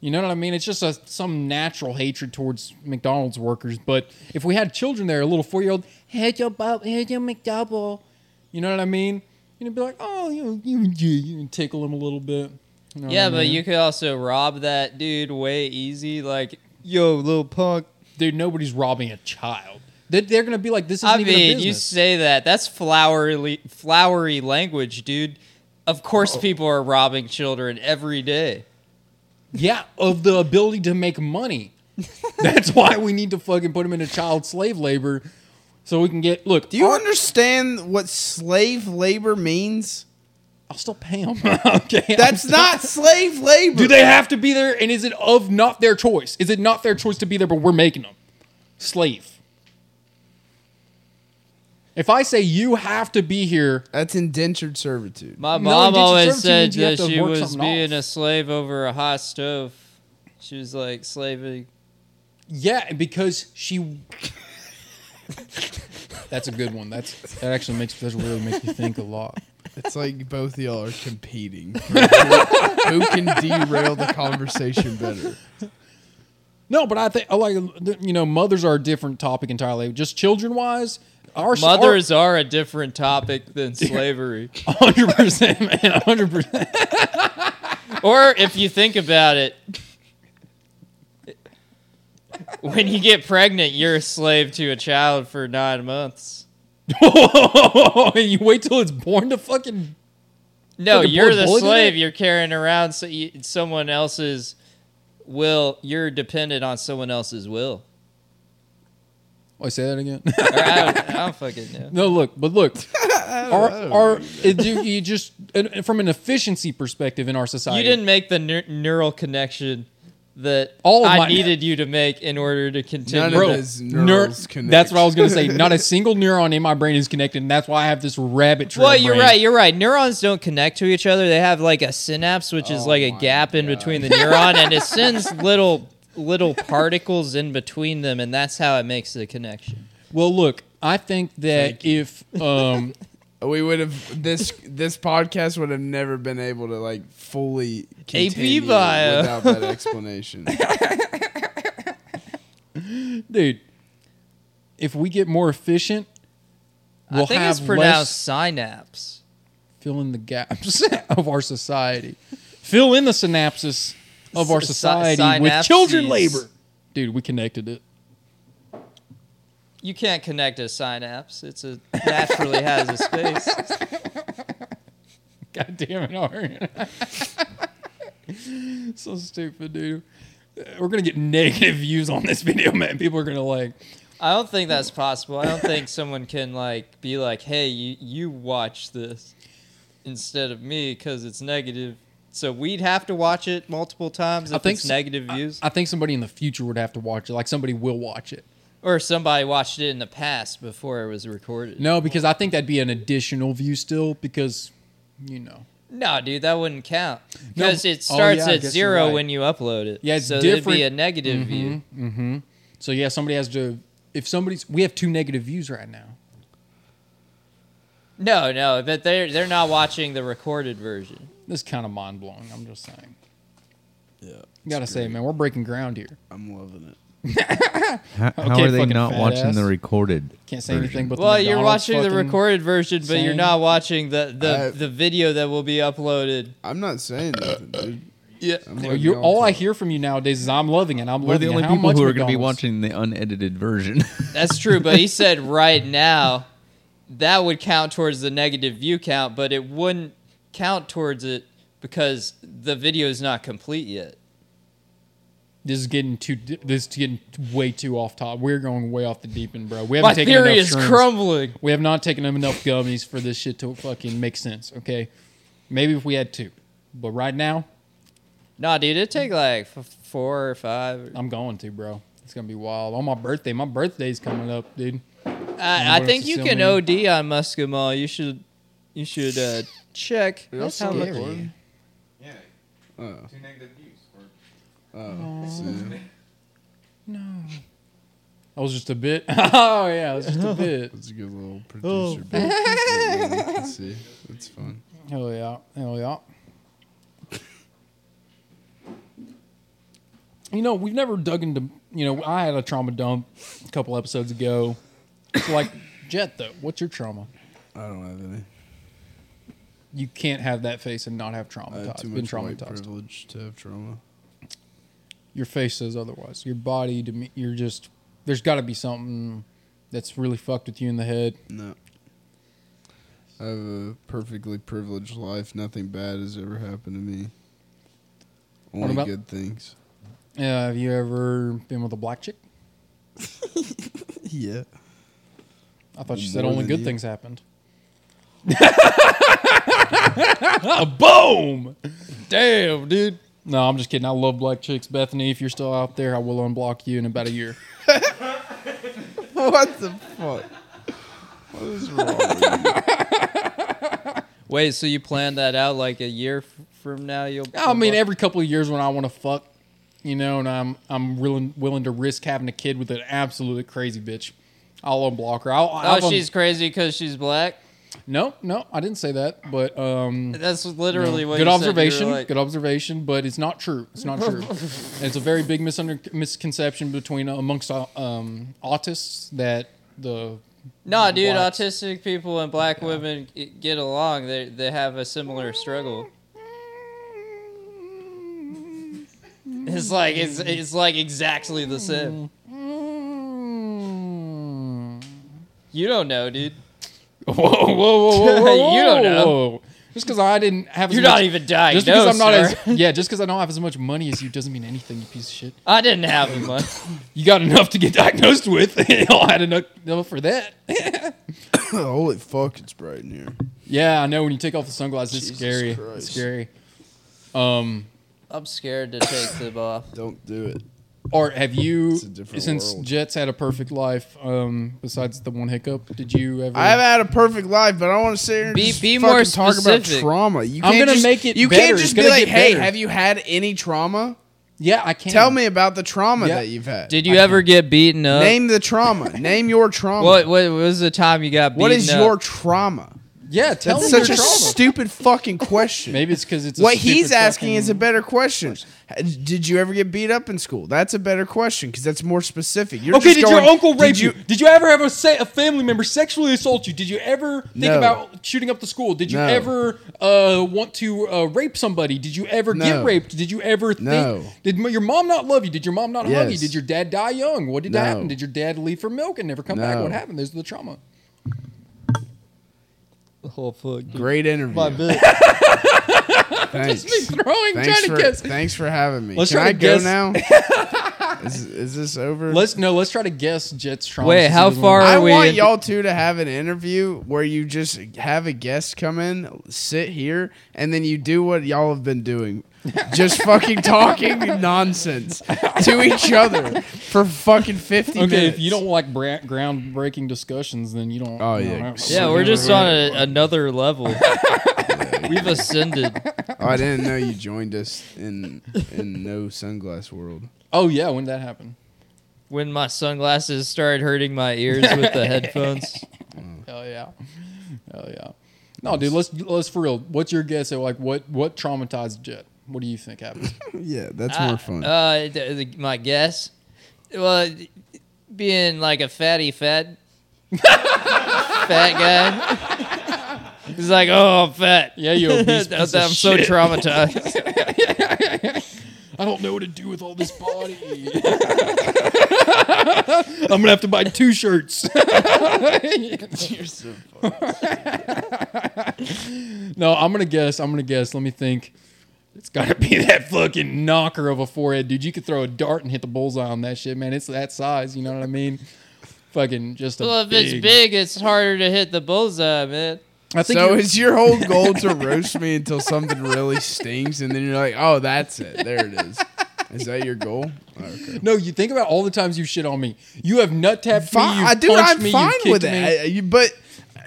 Speaker 2: You know what I mean? It's just a, some natural hatred towards McDonald's workers. But if we had children there, a little four year old, here's your bub, here's your McDouble. You know what I mean? You'd be like, oh, you know, you, you, you tickle them a little bit. You know what
Speaker 4: Yeah,
Speaker 2: I
Speaker 4: but
Speaker 2: mean?
Speaker 4: you could also rob that dude way easy. Like, yo, little punk.
Speaker 2: dude, nobody's robbing a child. They- They're gonna be like, this isn't
Speaker 4: I
Speaker 2: even a
Speaker 4: mean, you
Speaker 2: business.
Speaker 4: say that. That's flowery, flowery language, dude. Of course, people are robbing children every day.
Speaker 2: Yeah, of the ability to make money. That's why we need to fucking put them into child slave labor so we can get. Look,
Speaker 1: Do you
Speaker 2: our-
Speaker 1: understand what slave labor means?
Speaker 2: I'll still pay them. okay.
Speaker 1: That's
Speaker 2: I'll-
Speaker 1: not slave labor.
Speaker 2: Do they have to be there? And is it of not their choice? Is it not their choice to be there, but we're making them? Slave. If I say you have to be here,
Speaker 1: That's indentured servitude.
Speaker 4: My
Speaker 2: No,
Speaker 4: mom
Speaker 2: indentured
Speaker 4: always
Speaker 2: servitude
Speaker 4: said
Speaker 2: means you have
Speaker 4: that
Speaker 2: to
Speaker 4: she
Speaker 2: work
Speaker 4: was
Speaker 2: something
Speaker 4: being
Speaker 2: off.
Speaker 4: a slave over a hot stove. She was like slaving.
Speaker 2: yeah, because she. That's a good one. That's that actually makes that really makes me think a lot.
Speaker 1: It's like both of y'all are competing. who can derail the conversation better?
Speaker 2: No, but I think I like you know mothers are a different topic entirely. Just children wise, our
Speaker 4: Mothers are a different topic than slavery.
Speaker 2: hundred percent, man, hundred percent.
Speaker 4: or if you think about it, when you get pregnant, you're a slave to a child for nine months.
Speaker 2: You wait till it's born to fucking
Speaker 4: No,
Speaker 2: Fucking
Speaker 4: you're
Speaker 2: boy
Speaker 4: the
Speaker 2: bullied in
Speaker 4: slave.
Speaker 2: it?
Speaker 4: You're carrying around so you, someone else's will. You're dependent on someone else's will.
Speaker 2: Wait, oh, say that again.
Speaker 4: Or I, don't, I don't fucking know.
Speaker 2: no, look, but look, our,
Speaker 1: I don't
Speaker 2: our it, you, you just and- and from an efficiency perspective in our society.
Speaker 4: You didn't make the neur- neural connection that
Speaker 2: All of
Speaker 4: I
Speaker 2: my-
Speaker 4: needed you to make in order to continue.
Speaker 1: None of
Speaker 2: Bro,
Speaker 1: it is neurons connect.
Speaker 2: that's what I was gonna say. Not a single neuron in my brain is connected, and that's why I have this rabbit trail.
Speaker 4: Well, you're
Speaker 2: brain.
Speaker 4: right. You're right. Neurons don't connect to each other. They have like a synapse, which is
Speaker 1: Oh
Speaker 4: like a
Speaker 1: my
Speaker 4: gap in
Speaker 1: God.
Speaker 4: between the neuron, and it sends little little particles in between them, and that's how it makes the connection.
Speaker 2: Well, look, I think that if um,
Speaker 1: we would have this this podcast would have never been able to like fully
Speaker 4: AP
Speaker 1: continue
Speaker 4: bio.
Speaker 1: without that explanation.
Speaker 2: dude, if we get more efficient, we'll
Speaker 4: I think
Speaker 2: have
Speaker 4: it's pronounced
Speaker 2: less
Speaker 4: synapse.
Speaker 2: fill in the gaps of our society. Fill in the synapses of our
Speaker 4: Sy-
Speaker 2: society with children
Speaker 4: synapses.
Speaker 2: labor. Dude, we connected it.
Speaker 4: You can't connect a synapse. It's a naturally has a space.
Speaker 2: God damn it, Arn. so stupid, dude. We're gonna get negative views on this video, man. People are gonna like,
Speaker 4: I don't think that's possible. I don't think someone can like be like, "Hey, you you watch this instead of me because it's negative." So we'd have to watch it multiple times if
Speaker 2: I think
Speaker 4: it's
Speaker 2: s-
Speaker 4: negative views,
Speaker 2: I think somebody in the future would have to watch it. Like somebody will watch it.
Speaker 4: or somebody watched it in the past before it was recorded.
Speaker 2: No, because I think that'd be an additional view still, because you know.
Speaker 4: No, dude, that wouldn't count
Speaker 2: No,
Speaker 4: because it
Speaker 2: oh,
Speaker 4: starts
Speaker 2: yeah, I
Speaker 4: at
Speaker 2: guess
Speaker 4: zero
Speaker 2: you're right.
Speaker 4: when you upload it.
Speaker 2: Yeah, it's
Speaker 4: so it'd be
Speaker 2: different- Mm-hmm.
Speaker 4: a negative view.
Speaker 2: So yeah, somebody has to if somebody's we have two negative views right now.
Speaker 4: No, no, but they're they're not watching the recorded version.
Speaker 2: This kind of mind blowing, I'm just saying.
Speaker 1: yeah,
Speaker 2: Gotta say, man, we're breaking ground here.
Speaker 1: I'm loving it.
Speaker 3: How, how
Speaker 2: Okay,
Speaker 3: are they
Speaker 2: fucking
Speaker 3: not
Speaker 2: fat
Speaker 3: watching
Speaker 2: ass.
Speaker 3: the recorded?
Speaker 2: Can't say
Speaker 3: version?
Speaker 2: anything but the
Speaker 4: Well, you're
Speaker 2: McDonald's
Speaker 4: watching the
Speaker 2: fucking-
Speaker 4: recorded version, but you're
Speaker 2: saying-
Speaker 4: not watching the the,
Speaker 1: I-
Speaker 4: the video that will be uploaded.
Speaker 1: I'm not saying nothing, dude.
Speaker 4: Yeah.
Speaker 1: I'm
Speaker 2: Well,
Speaker 1: letting
Speaker 2: you're,
Speaker 1: y'all
Speaker 2: all I
Speaker 1: talk.
Speaker 2: hear from you nowadays is I'm loving it. I'm
Speaker 3: We're
Speaker 2: loving
Speaker 3: the only
Speaker 2: it. How
Speaker 3: people
Speaker 2: much
Speaker 3: who are going to be
Speaker 2: McDonald's?
Speaker 3: watching the unedited version.
Speaker 4: That's true, but he said right now that would count towards the negative view count, but it wouldn't count towards it because the video is not complete yet.
Speaker 2: This is getting too. This is getting way too off top. We're going way off the deep end, bro. We haven't
Speaker 4: My
Speaker 2: taken
Speaker 4: theory
Speaker 2: enough
Speaker 4: is
Speaker 2: shrooms.
Speaker 4: crumbling.
Speaker 2: We have not taken enough gummies for this shit to fucking make sense. Okay, maybe if we had two, but right now
Speaker 4: Nah, dude, it'd take like f- four or five.
Speaker 2: I'm going to, bro. It's gonna be wild. On my birthday, my birthday's coming up, dude.
Speaker 4: I, I
Speaker 2: what
Speaker 4: think
Speaker 2: else
Speaker 4: you
Speaker 2: is
Speaker 4: can
Speaker 2: still
Speaker 4: OD on Muscomol. You should, you should uh, check.
Speaker 1: Are y'all
Speaker 4: That's how
Speaker 1: still
Speaker 4: much-
Speaker 1: recording?
Speaker 3: yeah,
Speaker 1: Oh,
Speaker 3: two negative views.
Speaker 1: oh, see.
Speaker 2: I was just a bit. Oh yeah, I was just a bit.
Speaker 1: That's a good little producer. bit. That no one can see. That's fun.
Speaker 2: Hell yeah. Hell yeah. You know, we've never dug into, you know, I had a trauma dump a couple episodes ago. It's like, Jet, though, what's your trauma?
Speaker 1: I don't have any.
Speaker 2: You can't have that face and not have trauma.
Speaker 1: I have
Speaker 2: Todd.
Speaker 1: too
Speaker 2: Been
Speaker 1: much white
Speaker 2: traumatized.
Speaker 1: privilege to have trauma.
Speaker 2: Your face says otherwise. Your body, deme- you're just, there's got to be something that's really fucked with you in the head.
Speaker 1: No. I have a perfectly privileged life. Nothing bad has ever happened to me. Only
Speaker 2: about-
Speaker 1: good things.
Speaker 2: Uh, have you ever been with a black chick?
Speaker 1: Yeah.
Speaker 2: I thought you said
Speaker 1: More
Speaker 2: only
Speaker 1: than
Speaker 2: good
Speaker 1: you.
Speaker 2: things happened. Boom! Damn, dude. No, I'm just kidding. I love black chicks. Bethany, if you're still out there, I will unblock you in about a year.
Speaker 1: What the fuck? What is wrong with you?
Speaker 4: Wait, so you planned that out like a year f- from now? You'll.
Speaker 2: I mean, every couple of years when I want to fuck, you know, and I'm I'm willing willing to risk having a kid with an absolutely crazy bitch. I'll unblock her. I'll, I'll
Speaker 4: Oh, she's crazy because she's black.
Speaker 2: no, no. I didn't say that, but um,
Speaker 4: That's literally what.
Speaker 2: good
Speaker 4: you
Speaker 2: observation.
Speaker 4: Said. You were like-
Speaker 2: Good observation, but it's not true. It's not true. and it's a very big misunder- misconception between amongst uh, um, autists that the
Speaker 4: Nah, dude,
Speaker 2: blacks-
Speaker 4: autistic people and black women g- get along. They they have a similar struggle. It's like it's it's like exactly the same.
Speaker 2: Whoa,
Speaker 4: You don't know, dude.
Speaker 2: whoa, whoa, whoa, whoa,
Speaker 4: You don't
Speaker 2: whoa.
Speaker 4: know.
Speaker 2: Just because I didn't have. as
Speaker 4: You're
Speaker 2: much-
Speaker 4: not even dying.
Speaker 2: Just because
Speaker 4: no,
Speaker 2: I'm not
Speaker 4: sir.
Speaker 2: as yeah, just because I don't have as much money as you doesn't mean anything. You piece of shit.
Speaker 4: I didn't have him. uh,
Speaker 2: You got enough to get diagnosed with. Y'all had enough enough for that.
Speaker 1: Holy fuck, it's bright in here.
Speaker 2: yeah, I know. When you take off the sunglasses, it's
Speaker 1: Jesus
Speaker 2: scary.
Speaker 1: Christ.
Speaker 2: It's scary. Um,
Speaker 4: I'm scared to take them off.
Speaker 1: Don't do it.
Speaker 2: Art, have you
Speaker 1: It's a different
Speaker 2: since
Speaker 1: world.
Speaker 2: Jets had a perfect life? Um, besides the one hiccup, did you ever?
Speaker 1: I haven't had a perfect life, but I want to sit here and
Speaker 4: Be-
Speaker 1: just
Speaker 4: be
Speaker 1: fucking
Speaker 4: more
Speaker 1: talk about
Speaker 4: specific.
Speaker 1: trauma. You
Speaker 2: I'm
Speaker 1: can't
Speaker 2: gonna
Speaker 1: just-
Speaker 2: make it
Speaker 1: You
Speaker 2: better.
Speaker 1: can't
Speaker 2: It's
Speaker 1: just
Speaker 2: gonna
Speaker 1: be like,
Speaker 2: get
Speaker 1: "Hey,
Speaker 2: better."
Speaker 1: have you had any trauma?
Speaker 2: yeah, I can.
Speaker 1: Tell me about the trauma
Speaker 2: Yeah. uh,
Speaker 1: that you've had."
Speaker 4: Did you ever get beaten up?
Speaker 1: Name the trauma. Name your trauma.
Speaker 4: what, what was the time you got beaten
Speaker 1: what is
Speaker 4: up?
Speaker 1: your trauma?
Speaker 2: Yeah, tell
Speaker 1: That's
Speaker 2: me
Speaker 1: such
Speaker 2: your
Speaker 1: a
Speaker 2: trauma.
Speaker 1: stupid fucking question.
Speaker 2: Maybe it's because it's a
Speaker 1: what
Speaker 2: stupid
Speaker 1: he's asking
Speaker 2: fucking-
Speaker 1: is a better question. Did you ever get beat up in school? That's a better question because that's more specific. You're
Speaker 2: Okay,
Speaker 1: just
Speaker 2: did
Speaker 1: going,
Speaker 2: your uncle rape
Speaker 1: did
Speaker 2: you? Did you ever have a, sa- a family member sexually assault you? Did you ever think
Speaker 1: No.
Speaker 2: about shooting up the school? Did you
Speaker 1: No.
Speaker 2: ever uh, want to uh, rape somebody? Did you ever
Speaker 1: No.
Speaker 2: get raped? Did you ever think?
Speaker 1: No.
Speaker 2: Did m- your mom not love you? Did your mom not love you?
Speaker 1: Yes.
Speaker 2: Did your dad die young? What did
Speaker 1: No.
Speaker 2: happen? Did your dad leave for milk and never come back?
Speaker 1: No.
Speaker 2: What happened? There's the trauma.
Speaker 4: Oh, fuck. dude.
Speaker 1: Great interview.
Speaker 4: My bit.
Speaker 1: Thanks.
Speaker 2: Throwing,
Speaker 1: Thanks
Speaker 2: trying
Speaker 1: for,
Speaker 2: to guess.
Speaker 1: thanks for having me.
Speaker 2: Let's
Speaker 1: Can
Speaker 2: try
Speaker 1: I
Speaker 2: to
Speaker 1: go
Speaker 2: guess-
Speaker 1: now? is, is this over?
Speaker 2: Let's no. Let's try to guess Jet's trauma.
Speaker 4: Wait,
Speaker 2: since he
Speaker 4: how
Speaker 2: doesn't wanna-
Speaker 4: far-
Speaker 1: I
Speaker 4: are we
Speaker 1: want
Speaker 4: in-
Speaker 1: y'all two to have an interview where you just have a guest come in, sit here, and then you do what y'all have been doing. Just fucking talking nonsense to each other for fucking 50 minutes.
Speaker 2: Okay, if you don't like bra- groundbreaking discussions, then you don't.
Speaker 1: Oh,
Speaker 2: you
Speaker 1: yeah.
Speaker 2: don't-
Speaker 4: Yeah, we're just on a, another level. We've ascended.
Speaker 1: Oh, I didn't know you joined us in in no sunglass world.
Speaker 2: Oh yeah, when did that happen?
Speaker 4: When my sunglasses started hurting my ears with the headphones.
Speaker 2: Hell yeah. Hell yeah. No, dude, let's let's for real. What's your guess at like what what traumatized Jet? What do you think happened?
Speaker 1: Yeah, that's
Speaker 4: Uh,
Speaker 2: Ah,
Speaker 1: more fun.
Speaker 4: Uh, the, the, my guess, well, being like a fatty fat, fat guy. He's like, oh, I'm fat.
Speaker 2: Yeah, you obese
Speaker 4: I'm
Speaker 2: piece of
Speaker 4: so
Speaker 2: shit.
Speaker 4: traumatized.
Speaker 2: I don't know what to do with all this body. I'm gonna have to buy two shirts. no, I'm gonna guess. I'm gonna guess. Let me think. It's gotta be that fucking knocker of a forehead, dude. You could throw a dart and hit the bullseye on that shit, man. It's that size. You know what I mean? Fucking just a
Speaker 4: well, if
Speaker 2: big,
Speaker 4: it's big, it's harder to hit the bullseye, man.
Speaker 2: I think
Speaker 1: So
Speaker 2: you're-
Speaker 1: is your whole goal to roast me until something really stings, and then you're like, "Oh, that's it. There it is." Is that your goal? Oh, Okay.
Speaker 2: No, you think about all the times you shit on me. You have nut tapped me. You
Speaker 1: Fine, dude.
Speaker 2: punched
Speaker 1: I'm
Speaker 2: me.
Speaker 1: fine
Speaker 2: you kicked
Speaker 1: with
Speaker 2: me.
Speaker 1: that. I- you- but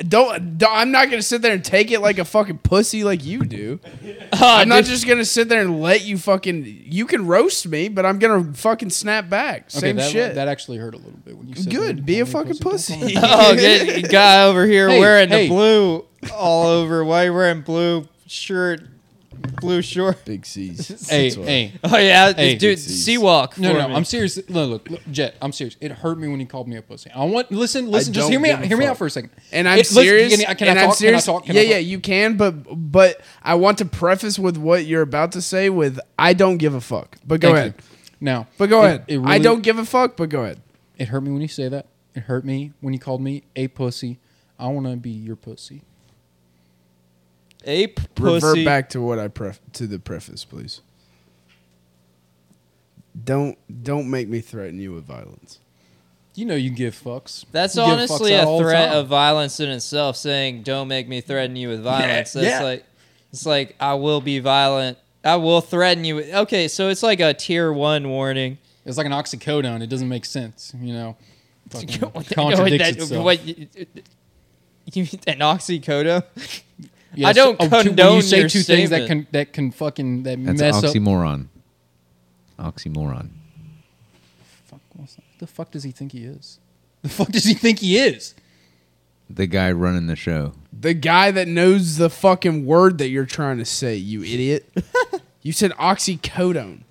Speaker 1: don't, don't- I'm not gonna sit there and take it like a fucking pussy like you do.
Speaker 2: Oh, Uh,
Speaker 1: I'm not just gonna sit there and let you fucking. You can roast me, but I'm gonna fucking snap back.
Speaker 2: Okay,
Speaker 1: Same
Speaker 2: that,
Speaker 1: shit.
Speaker 2: That actually hurt a little bit when you said
Speaker 1: Good,
Speaker 2: that.
Speaker 1: be a
Speaker 2: Don't
Speaker 1: fucking
Speaker 2: Don't
Speaker 1: pussy.
Speaker 2: call me
Speaker 4: Oh, good guy over here
Speaker 2: Hey,
Speaker 4: wearing
Speaker 2: hey.
Speaker 4: the blue all over. Why you wearing blue shirt, blue short?
Speaker 1: Big C's.
Speaker 2: hey,
Speaker 1: That's why.
Speaker 2: hey.
Speaker 4: Oh yeah,
Speaker 2: Hey.
Speaker 4: dude, sea walk.
Speaker 2: No,
Speaker 4: for
Speaker 2: no,
Speaker 4: me.
Speaker 2: I'm serious. No, look, look, Jet, I'm serious. It hurt me when he called me a pussy. I want listen, listen, just
Speaker 1: don't
Speaker 2: hear me
Speaker 1: give
Speaker 2: out.
Speaker 1: a
Speaker 2: Hear me
Speaker 1: fuck.
Speaker 2: out for a second.
Speaker 1: And I'm
Speaker 2: It- listen,
Speaker 1: serious.
Speaker 2: Can, I- can
Speaker 1: and
Speaker 2: I
Speaker 1: I'm
Speaker 2: talk?
Speaker 1: serious.
Speaker 2: Can I talk? Can
Speaker 1: yeah,
Speaker 2: I talk?
Speaker 1: yeah, you can, but but I want to preface with what you're about to say with I don't give a fuck. But go
Speaker 2: Thank
Speaker 1: ahead.
Speaker 2: you. Now,
Speaker 1: But go
Speaker 2: it-
Speaker 1: ahead.
Speaker 2: it
Speaker 1: I
Speaker 2: really-
Speaker 1: don't give a fuck, but go ahead.
Speaker 2: It hurt me when you say that. It hurt me when you called me a pussy. I want to be your pussy.
Speaker 4: ape pussy.
Speaker 1: Revert back to what I pref- to the preface, please. Don't don't make me threaten you with violence.
Speaker 2: You know you give fucks.
Speaker 4: That's
Speaker 2: You give fucks
Speaker 4: honestly
Speaker 2: out
Speaker 4: a
Speaker 2: all the
Speaker 4: threat
Speaker 2: time.
Speaker 4: of violence in itself. Saying "Don't make me threaten you with violence."
Speaker 2: Yeah,
Speaker 4: That's
Speaker 2: yeah.
Speaker 4: like, it's like I will be violent. I will threaten you. With, okay, so it's like a tier one warning.
Speaker 2: It's like an oxycodone. It doesn't make sense, you know. Fucking
Speaker 4: You know what that-
Speaker 2: contradicts itself.
Speaker 4: what you, you mean an oxycodone?
Speaker 2: Yeah,
Speaker 4: I don't
Speaker 2: two- when
Speaker 4: condone
Speaker 2: you say
Speaker 4: your
Speaker 2: two things that
Speaker 4: statement.
Speaker 2: can that can fucking that
Speaker 3: That's
Speaker 2: mess up.
Speaker 3: oxymoron. Oxymoron.
Speaker 2: Fuck, what's that? The fuck does he think he is? The fuck does he think he is?
Speaker 3: The guy running the show.
Speaker 1: The guy that knows the fucking word that you're trying to say, you idiot. you said oxycodone.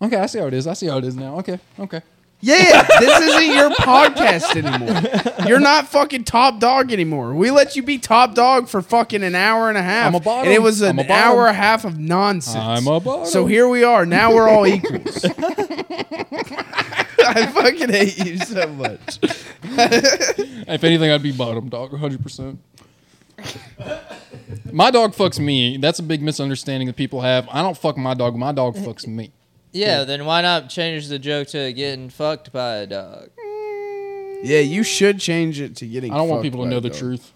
Speaker 2: Okay, I see how it is. I see how it is now. Okay, okay.
Speaker 1: Yeah, this isn't your podcast anymore. You're not fucking top dog anymore. We let you be top dog for fucking an hour and a half.
Speaker 2: I'm a bottom.
Speaker 1: And it was an
Speaker 2: I'm a bottom.
Speaker 1: hour and a half of nonsense.
Speaker 2: I'm a bottom.
Speaker 1: So here we are. Now we're all equals. I fucking hate you so much.
Speaker 2: If anything, I'd be bottom dog, 100. percent My dog fucks me. That's a big misunderstanding that people have. I don't fuck my dog. My dog fucks me.
Speaker 4: Yeah, then why not change the joke to getting fucked by a dog?
Speaker 1: Yeah, you should change it to getting.
Speaker 2: I don't want
Speaker 1: fucked
Speaker 2: people to
Speaker 1: by
Speaker 2: know
Speaker 1: a
Speaker 2: the
Speaker 1: dog.
Speaker 2: truth.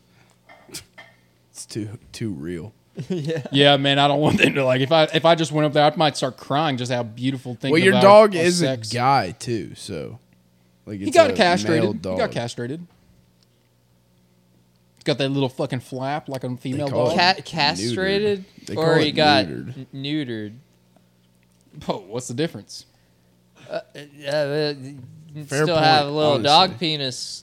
Speaker 1: It's too too real.
Speaker 4: yeah.
Speaker 2: Yeah, man, I don't want them to like. If I if I just went up there, I might start crying just how beautiful things.
Speaker 1: Well, your
Speaker 2: about
Speaker 1: dog
Speaker 2: our
Speaker 1: is
Speaker 2: sex.
Speaker 1: a guy too, so like
Speaker 2: He
Speaker 1: it's
Speaker 2: got
Speaker 1: a male
Speaker 2: castrated.
Speaker 1: Dog.
Speaker 2: He got castrated. He's got that little fucking flap like a female
Speaker 1: call
Speaker 2: dog.
Speaker 1: it-
Speaker 4: Cat castrated
Speaker 1: Neutered. They
Speaker 4: or
Speaker 1: call
Speaker 4: he
Speaker 1: it
Speaker 4: got
Speaker 1: neutered.
Speaker 4: n- neutered.
Speaker 2: Whoa, Oh, what's the difference?
Speaker 4: Yeah, uh, you can
Speaker 1: Fair
Speaker 4: still
Speaker 1: point,
Speaker 4: have a little dog
Speaker 1: honestly.
Speaker 4: penis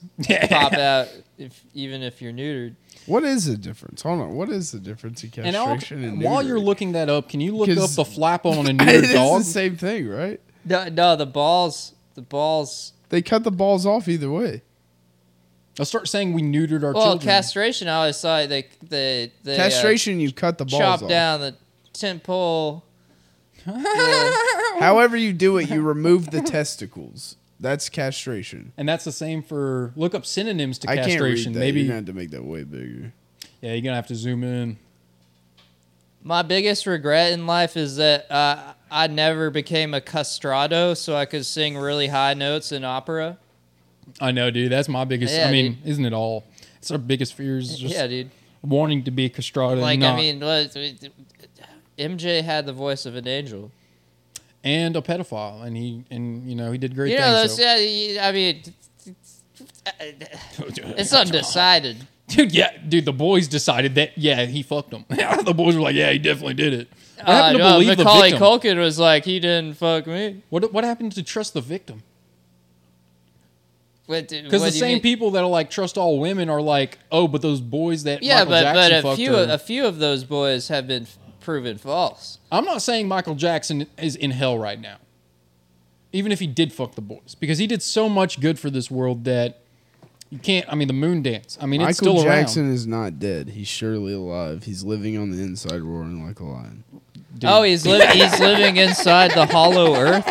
Speaker 4: pop out if even if you're neutered.
Speaker 1: What is the difference? Hold on. What is the difference in
Speaker 2: And I'll,
Speaker 1: castration and,
Speaker 2: while you're
Speaker 1: neutering?
Speaker 2: looking that up, can you look up
Speaker 1: Because-
Speaker 2: the flap on a
Speaker 1: it
Speaker 2: neutered
Speaker 1: is
Speaker 2: dog?
Speaker 1: the same thing, right?
Speaker 4: No, no, the balls, the balls.
Speaker 1: They cut the balls off either way.
Speaker 2: I'll start saying we neutered our
Speaker 4: well,
Speaker 2: children.
Speaker 4: castration. I always thought they they they uh,
Speaker 1: Castration, you cut the balls
Speaker 4: chop
Speaker 1: off.
Speaker 4: down the tent pole. Yeah.
Speaker 1: However you do it, you remove the testicles. That's castration.
Speaker 2: and that's the same for look up synonyms to
Speaker 1: I can't read
Speaker 2: castration.
Speaker 1: that.
Speaker 2: Maybe
Speaker 1: you're gonna have to make that way bigger.
Speaker 2: yeah, you're gonna have to zoom in.
Speaker 4: My biggest regret in life is that uh, I never became a castrato, so I could sing really high notes in opera.
Speaker 2: I know, dude. That's my biggest.
Speaker 4: Yeah,
Speaker 2: I mean, isn't it all? It's our biggest fears. Just
Speaker 4: yeah, dude.
Speaker 2: wanting to be a castrato.
Speaker 4: Like,
Speaker 2: and not,
Speaker 4: I mean, what- MJ had the voice of an angel.
Speaker 2: and a pedophile, and he and you know he did great
Speaker 4: You know, those,
Speaker 2: things. so-
Speaker 4: yeah, you- I mean, it's undecided.
Speaker 2: Dude, yeah, dude. The boys decided that yeah, he fucked him. the boys were like, yeah, he definitely did it. What
Speaker 4: Uh,
Speaker 2: happened to
Speaker 4: no,
Speaker 2: believe the
Speaker 4: Macaulay
Speaker 2: victim?
Speaker 4: Culkin was like, he didn't fuck me.
Speaker 2: what what happened to trust the victim?
Speaker 4: Because
Speaker 2: Because the same people that are like trust all women are like, oh, but those boys that
Speaker 4: Yeah,
Speaker 2: Michael
Speaker 4: but,
Speaker 2: Jackson
Speaker 4: but a
Speaker 2: fucked
Speaker 4: few
Speaker 2: her-
Speaker 4: a few of those boys have been f- proven false.
Speaker 2: I'm not saying Michael Jackson is in hell right now. Even if he did fuck the boys, because he did so much good for this world that you can't. I mean, the moon dance. I mean, it's
Speaker 1: Michael
Speaker 2: still
Speaker 1: Jackson is not dead. He's surely alive. He's living on the inside, roaring like a lion.
Speaker 2: around. Dude.
Speaker 4: Oh, he's li- he's living inside the hollow earth.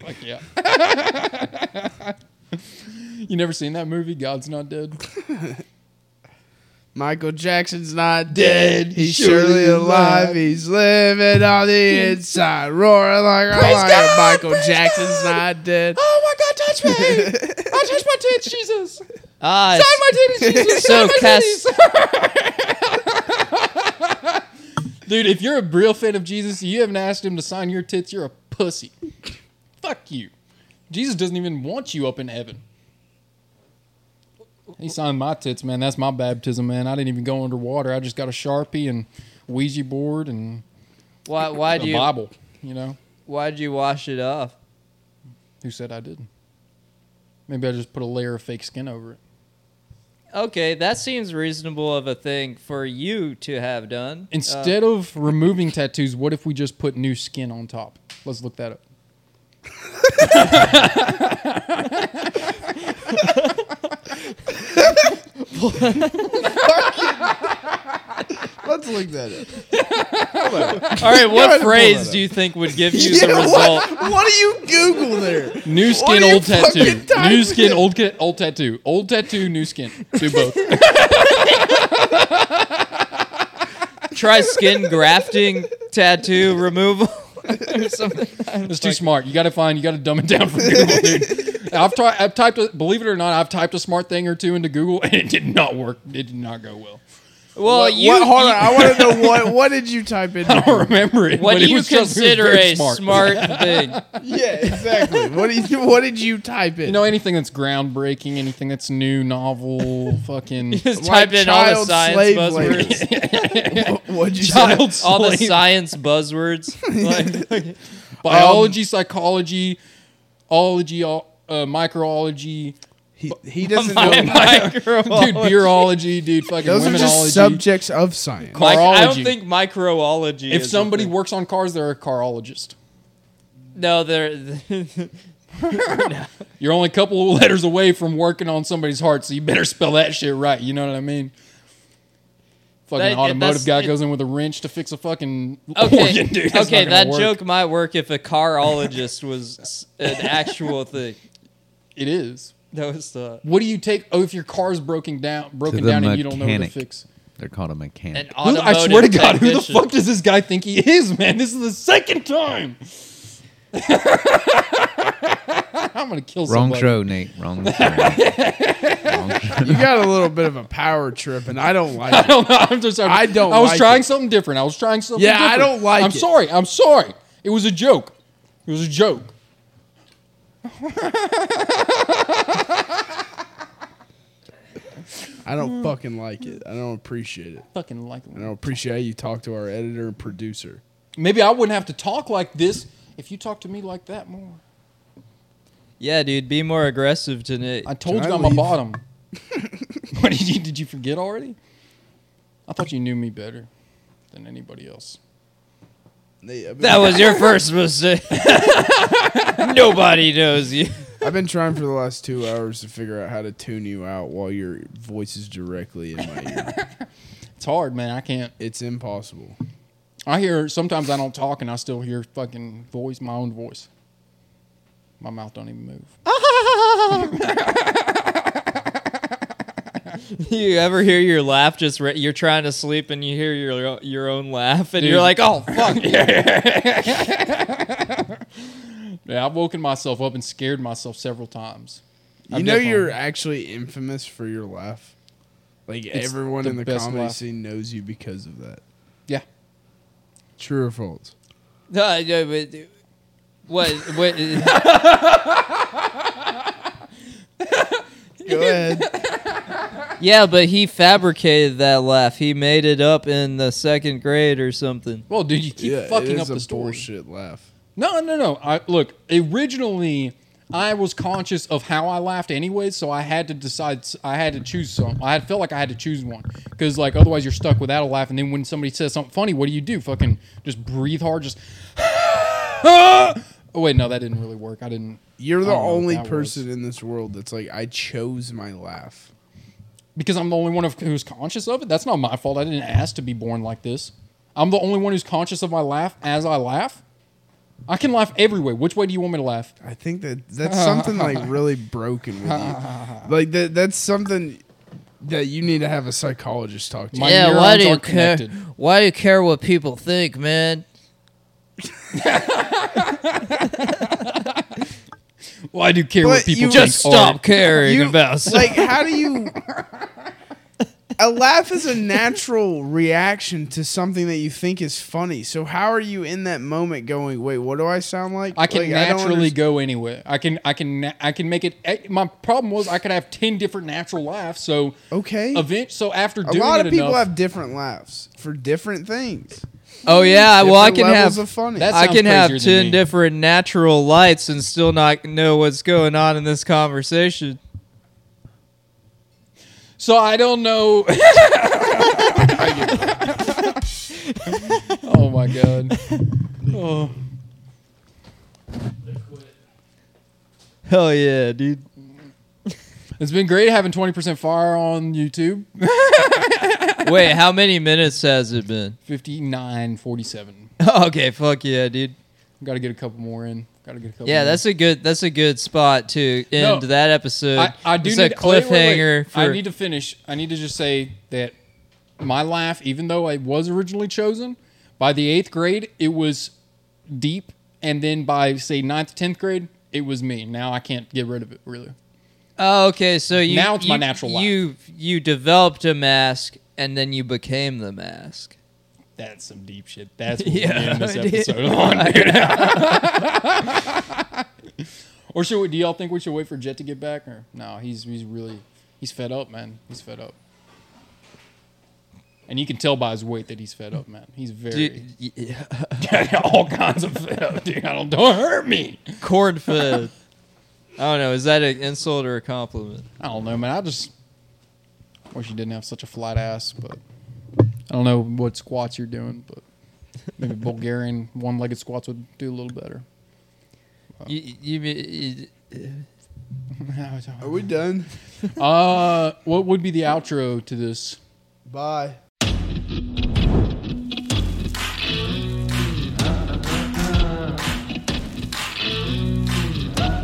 Speaker 2: Fuck yeah. you never seen that movie? God's not dead.
Speaker 1: Michael Jackson's not
Speaker 2: Dead.
Speaker 1: dead. He's surely alive. He's living on the inside, roaring like a
Speaker 2: Praise
Speaker 1: lion.
Speaker 2: God,
Speaker 1: Michael
Speaker 2: praise
Speaker 1: Jackson's
Speaker 2: God.
Speaker 1: not dead.
Speaker 2: Oh my God! Touch me! I touch my tits, Jesus! Sign
Speaker 4: Ah,
Speaker 2: my titties, Jesus!
Speaker 4: So
Speaker 2: Sign my titties. Dude, if you're a real fan of Jesus, you haven't asked him to sign your tits. You're a pussy. Fuck you. Jesus doesn't even want you up in heaven. He signed my tits, man. That's my baptism, man. I didn't even go underwater. I just got a sharpie and Ouija board and
Speaker 4: why why
Speaker 2: a
Speaker 4: do you
Speaker 2: Bible. You know
Speaker 4: why would you wash it off?
Speaker 2: who said I didn't? Maybe I just put a layer of fake skin over it.
Speaker 4: Okay, that seems reasonable of a thing for you to have done. Uh,
Speaker 2: Instead
Speaker 1: Uh,
Speaker 2: of removing tattoos, what if we just put new skin on top? Let's look that up.
Speaker 1: Let's look that up.
Speaker 4: Uh, all right,
Speaker 1: gotta
Speaker 4: what
Speaker 1: pull
Speaker 4: phrase
Speaker 1: that
Speaker 4: do you think would give you the
Speaker 1: Yeah,
Speaker 4: result?
Speaker 1: what, what do you Google there?
Speaker 2: New
Speaker 1: What
Speaker 2: skin,
Speaker 1: are you
Speaker 2: old tattoo.
Speaker 1: fucking typing?
Speaker 2: New skin, old ca- old tattoo. Old tattoo, new skin. Do both.
Speaker 4: Try skin grafting, tattoo removal, or something.
Speaker 2: It's too smart. You got to find. You got to dumb it down for Google, dude. I've tried. I've typed. A, believe it or not, I've typed a smart thing or two into Google, and it did not work. It did not go well.
Speaker 4: Well,
Speaker 1: what,
Speaker 4: you
Speaker 1: what- hold
Speaker 4: you-
Speaker 1: on. I want to know what what did you type in?
Speaker 2: I don't remember it.
Speaker 4: what
Speaker 2: but
Speaker 4: do
Speaker 2: it
Speaker 4: you
Speaker 2: was just- it was
Speaker 4: consider
Speaker 2: very
Speaker 4: a smart, thing?
Speaker 1: yeah, exactly. What did you, what did you type in?
Speaker 2: You know anything that's groundbreaking, anything that's new, novel, fucking
Speaker 4: Just
Speaker 1: Like
Speaker 4: type in all the
Speaker 1: child
Speaker 4: science
Speaker 1: slave
Speaker 4: buzzwords.
Speaker 1: labels. What'd you say?
Speaker 2: child
Speaker 4: all the
Speaker 2: slave.
Speaker 4: science buzzwords. Like,
Speaker 2: biology, psychology, ology, all- uh, microology,
Speaker 1: He, he doesn't know.
Speaker 4: my
Speaker 2: dude,
Speaker 4: microbiology.
Speaker 2: beerology, dude, fucking
Speaker 1: Those are
Speaker 2: womenology.
Speaker 1: just subjects of science.
Speaker 4: Mic- I don't
Speaker 2: carology.
Speaker 4: think microology.
Speaker 2: if
Speaker 4: is a
Speaker 2: somebody
Speaker 4: thing.
Speaker 2: works on cars, they're a carologist.
Speaker 4: no, they're
Speaker 2: You're only a couple of letters away from working on somebody's heart, so you better spell that shit right. You know what I mean?
Speaker 4: That-
Speaker 2: Fucking
Speaker 4: that's-
Speaker 2: automotive guy
Speaker 4: it-
Speaker 2: goes in with a wrench to fix a fucking
Speaker 4: okay.
Speaker 2: organ, dude. That's
Speaker 4: okay,
Speaker 2: not gonna
Speaker 4: that
Speaker 2: work.
Speaker 4: joke might work if a carologist was s- an actual thing.
Speaker 2: It is.
Speaker 4: That was the
Speaker 2: What do you take? Oh, if your car's broken down, broken
Speaker 3: the
Speaker 2: down, and you don't know what to
Speaker 3: mechanic.
Speaker 2: fix,
Speaker 3: They're called a
Speaker 4: An
Speaker 3: mechanic.
Speaker 2: Who-
Speaker 4: automotive
Speaker 2: I swear to God, who the
Speaker 4: technician.
Speaker 2: fuck does this guy think he is, man? This is the second time. I'm gonna kill
Speaker 3: Wrong
Speaker 2: somebody.
Speaker 3: show, Nate. Wrong show. Wrong show.
Speaker 1: You got a little bit of a power trip, and I don't
Speaker 2: I
Speaker 1: like it.
Speaker 2: don't know. I'm just. sorry.
Speaker 1: I don't
Speaker 2: I was
Speaker 1: like
Speaker 2: trying
Speaker 1: it.
Speaker 2: something different. I was trying something.
Speaker 1: Yeah, I
Speaker 2: different.
Speaker 1: don't like
Speaker 2: I'm
Speaker 1: it.
Speaker 2: sorry. I'm sorry. It was a joke. It was a joke.
Speaker 1: I don't fucking like it. I don't appreciate it.
Speaker 2: Fucking like.
Speaker 1: I don't appreciate how you talk to our editor and producer.
Speaker 2: Maybe I wouldn't have to talk like this if you talked to me like that more.
Speaker 4: Yeah, dude, be more aggressive tonight.
Speaker 2: I told
Speaker 1: Can
Speaker 2: you
Speaker 1: I
Speaker 2: I'm a
Speaker 1: leave?
Speaker 2: bottom. what did you did you forget already? I thought you knew me better than anybody else.
Speaker 1: Nate, I've been,
Speaker 4: That was your first mistake. Nobody knows you.
Speaker 1: I've been trying for the last two hours to figure out how to tune you out while your voice is directly in my ear.
Speaker 2: It's hard, man. I can't.
Speaker 1: It's impossible.
Speaker 2: I hear sometimes I don't talk and I still hear fucking voice, my own voice. My mouth don't even move.
Speaker 4: You ever hear your laugh? Just re- you're trying to sleep and you hear your your own laugh, and you're like,
Speaker 2: Dude.
Speaker 4: "Oh fuck!"
Speaker 2: Yeah, I've woken myself up and scared myself several times.
Speaker 1: You
Speaker 2: I've
Speaker 1: know
Speaker 2: definitely-
Speaker 1: you're actually infamous for your laugh. Like
Speaker 2: It's
Speaker 1: everyone
Speaker 2: the
Speaker 1: in the
Speaker 2: best
Speaker 1: comedy
Speaker 2: laugh.
Speaker 1: scene knows you because of that.
Speaker 2: Yeah.
Speaker 1: True or false?
Speaker 4: No, no, but what? What?
Speaker 1: Go ahead.
Speaker 4: yeah, but he fabricated that laugh. He made it up in the second grade or something.
Speaker 2: Well, dude, you keep fucking
Speaker 1: it
Speaker 2: up
Speaker 1: is a
Speaker 2: the story.
Speaker 1: bullshit laugh.
Speaker 2: No, no, no. I look originally. I was conscious of how I laughed anyway, so I had to decide. I had to choose some. I had felt like I had to choose one because, like, otherwise you're stuck without a laugh. And then when somebody says something funny, what do you do? Fucking just breathe hard. Just. oh wait, no, that didn't really work. I didn't
Speaker 1: You're the
Speaker 2: I don't know what
Speaker 1: only
Speaker 2: that was.
Speaker 1: person in this world that's like, I chose my laugh.
Speaker 2: because I'm the only one of, who's conscious of it. That's not my fault. I didn't ask to be born like this. I'm the only one who's conscious of my laugh as I laugh. I can laugh every way. Which way do you want me to laugh?
Speaker 1: I think that that's something like really broken with you. Like that that's something that you need to have a psychologist talk to.
Speaker 2: My
Speaker 4: yeah, why
Speaker 2: neurons
Speaker 4: do you
Speaker 2: aren't
Speaker 4: care?
Speaker 2: connected.
Speaker 4: Why do you care what people think, man?
Speaker 2: Well, I do care
Speaker 1: But
Speaker 2: what people
Speaker 1: you-
Speaker 2: think.
Speaker 4: Just
Speaker 2: or-
Speaker 4: stop oh, caring
Speaker 1: You-
Speaker 4: about stuff.
Speaker 1: Like how do you A laugh is a natural reaction to something that you think is funny. So how are you in that moment going, "Wait, what do I sound like?"
Speaker 2: I can
Speaker 1: Like, don't
Speaker 2: naturally
Speaker 1: underst-
Speaker 2: go anywhere. I can, I can, na- I can make it. eh, My problem was I could have ten different natural laughs. So
Speaker 1: Okay.
Speaker 2: event. So after
Speaker 1: a
Speaker 2: doing
Speaker 1: lot of
Speaker 2: it
Speaker 1: people
Speaker 2: enough,
Speaker 1: have different laughs for different things.
Speaker 4: oh yeah, well I
Speaker 1: Different
Speaker 4: can
Speaker 1: levels
Speaker 4: have
Speaker 1: of funny.
Speaker 2: That's- That
Speaker 4: I
Speaker 2: sounds
Speaker 4: can have
Speaker 2: crazier than
Speaker 4: ten
Speaker 2: me.
Speaker 4: different natural lights and still not know what's going on in this conversation.
Speaker 2: so I don't know. oh my god. Oh.
Speaker 4: Hell yeah, dude.
Speaker 2: It's been great having twenty percent fire on YouTube.
Speaker 4: Wait, how many minutes has it been?
Speaker 2: Fifty nine forty seven.
Speaker 4: Okay, fuck yeah, dude.
Speaker 2: Got to get a couple more in. Got to get a couple.
Speaker 4: Yeah,
Speaker 2: more.
Speaker 4: that's a good that's a good spot to end
Speaker 2: No,
Speaker 4: that episode.
Speaker 2: I, I do
Speaker 4: it's
Speaker 2: need
Speaker 4: a
Speaker 2: oh, wait,
Speaker 4: cliffhanger.
Speaker 2: wait, wait.
Speaker 4: For,
Speaker 2: I need to finish. I need to just say that my laugh, even though I was originally chosen, by the eighth grade it was deep, and then by say ninth, tenth grade it was me. Now I can't get rid of it really.
Speaker 4: oh, okay, so you
Speaker 2: Now it's my
Speaker 4: you-
Speaker 2: natural laugh.
Speaker 4: You you developed a mask and then you became the mask.
Speaker 2: That's some deep shit. That's what
Speaker 4: Yeah,
Speaker 2: we end this
Speaker 4: I did.
Speaker 2: episode on, dude. or should we? Do y'all think we should wait for Jet to get back? Or no, he's he's really he's fed up, man. He's fed up. And you can tell by his weight that he's fed up, man. He's very
Speaker 4: Dude, yeah.
Speaker 2: all kinds of fed up, dude. I don't don't hurt me.
Speaker 4: corn fed. I don't know. Is that an insult or a compliment?
Speaker 2: I don't know, man. I just wish you didn't have such a flat ass, but I don't know what squats you're doing, but maybe Bulgarian one-legged squats would do a little better. Uh.
Speaker 4: You, you, you,
Speaker 1: Are we done?
Speaker 2: Uh, what would be the outro to this?
Speaker 1: Bye.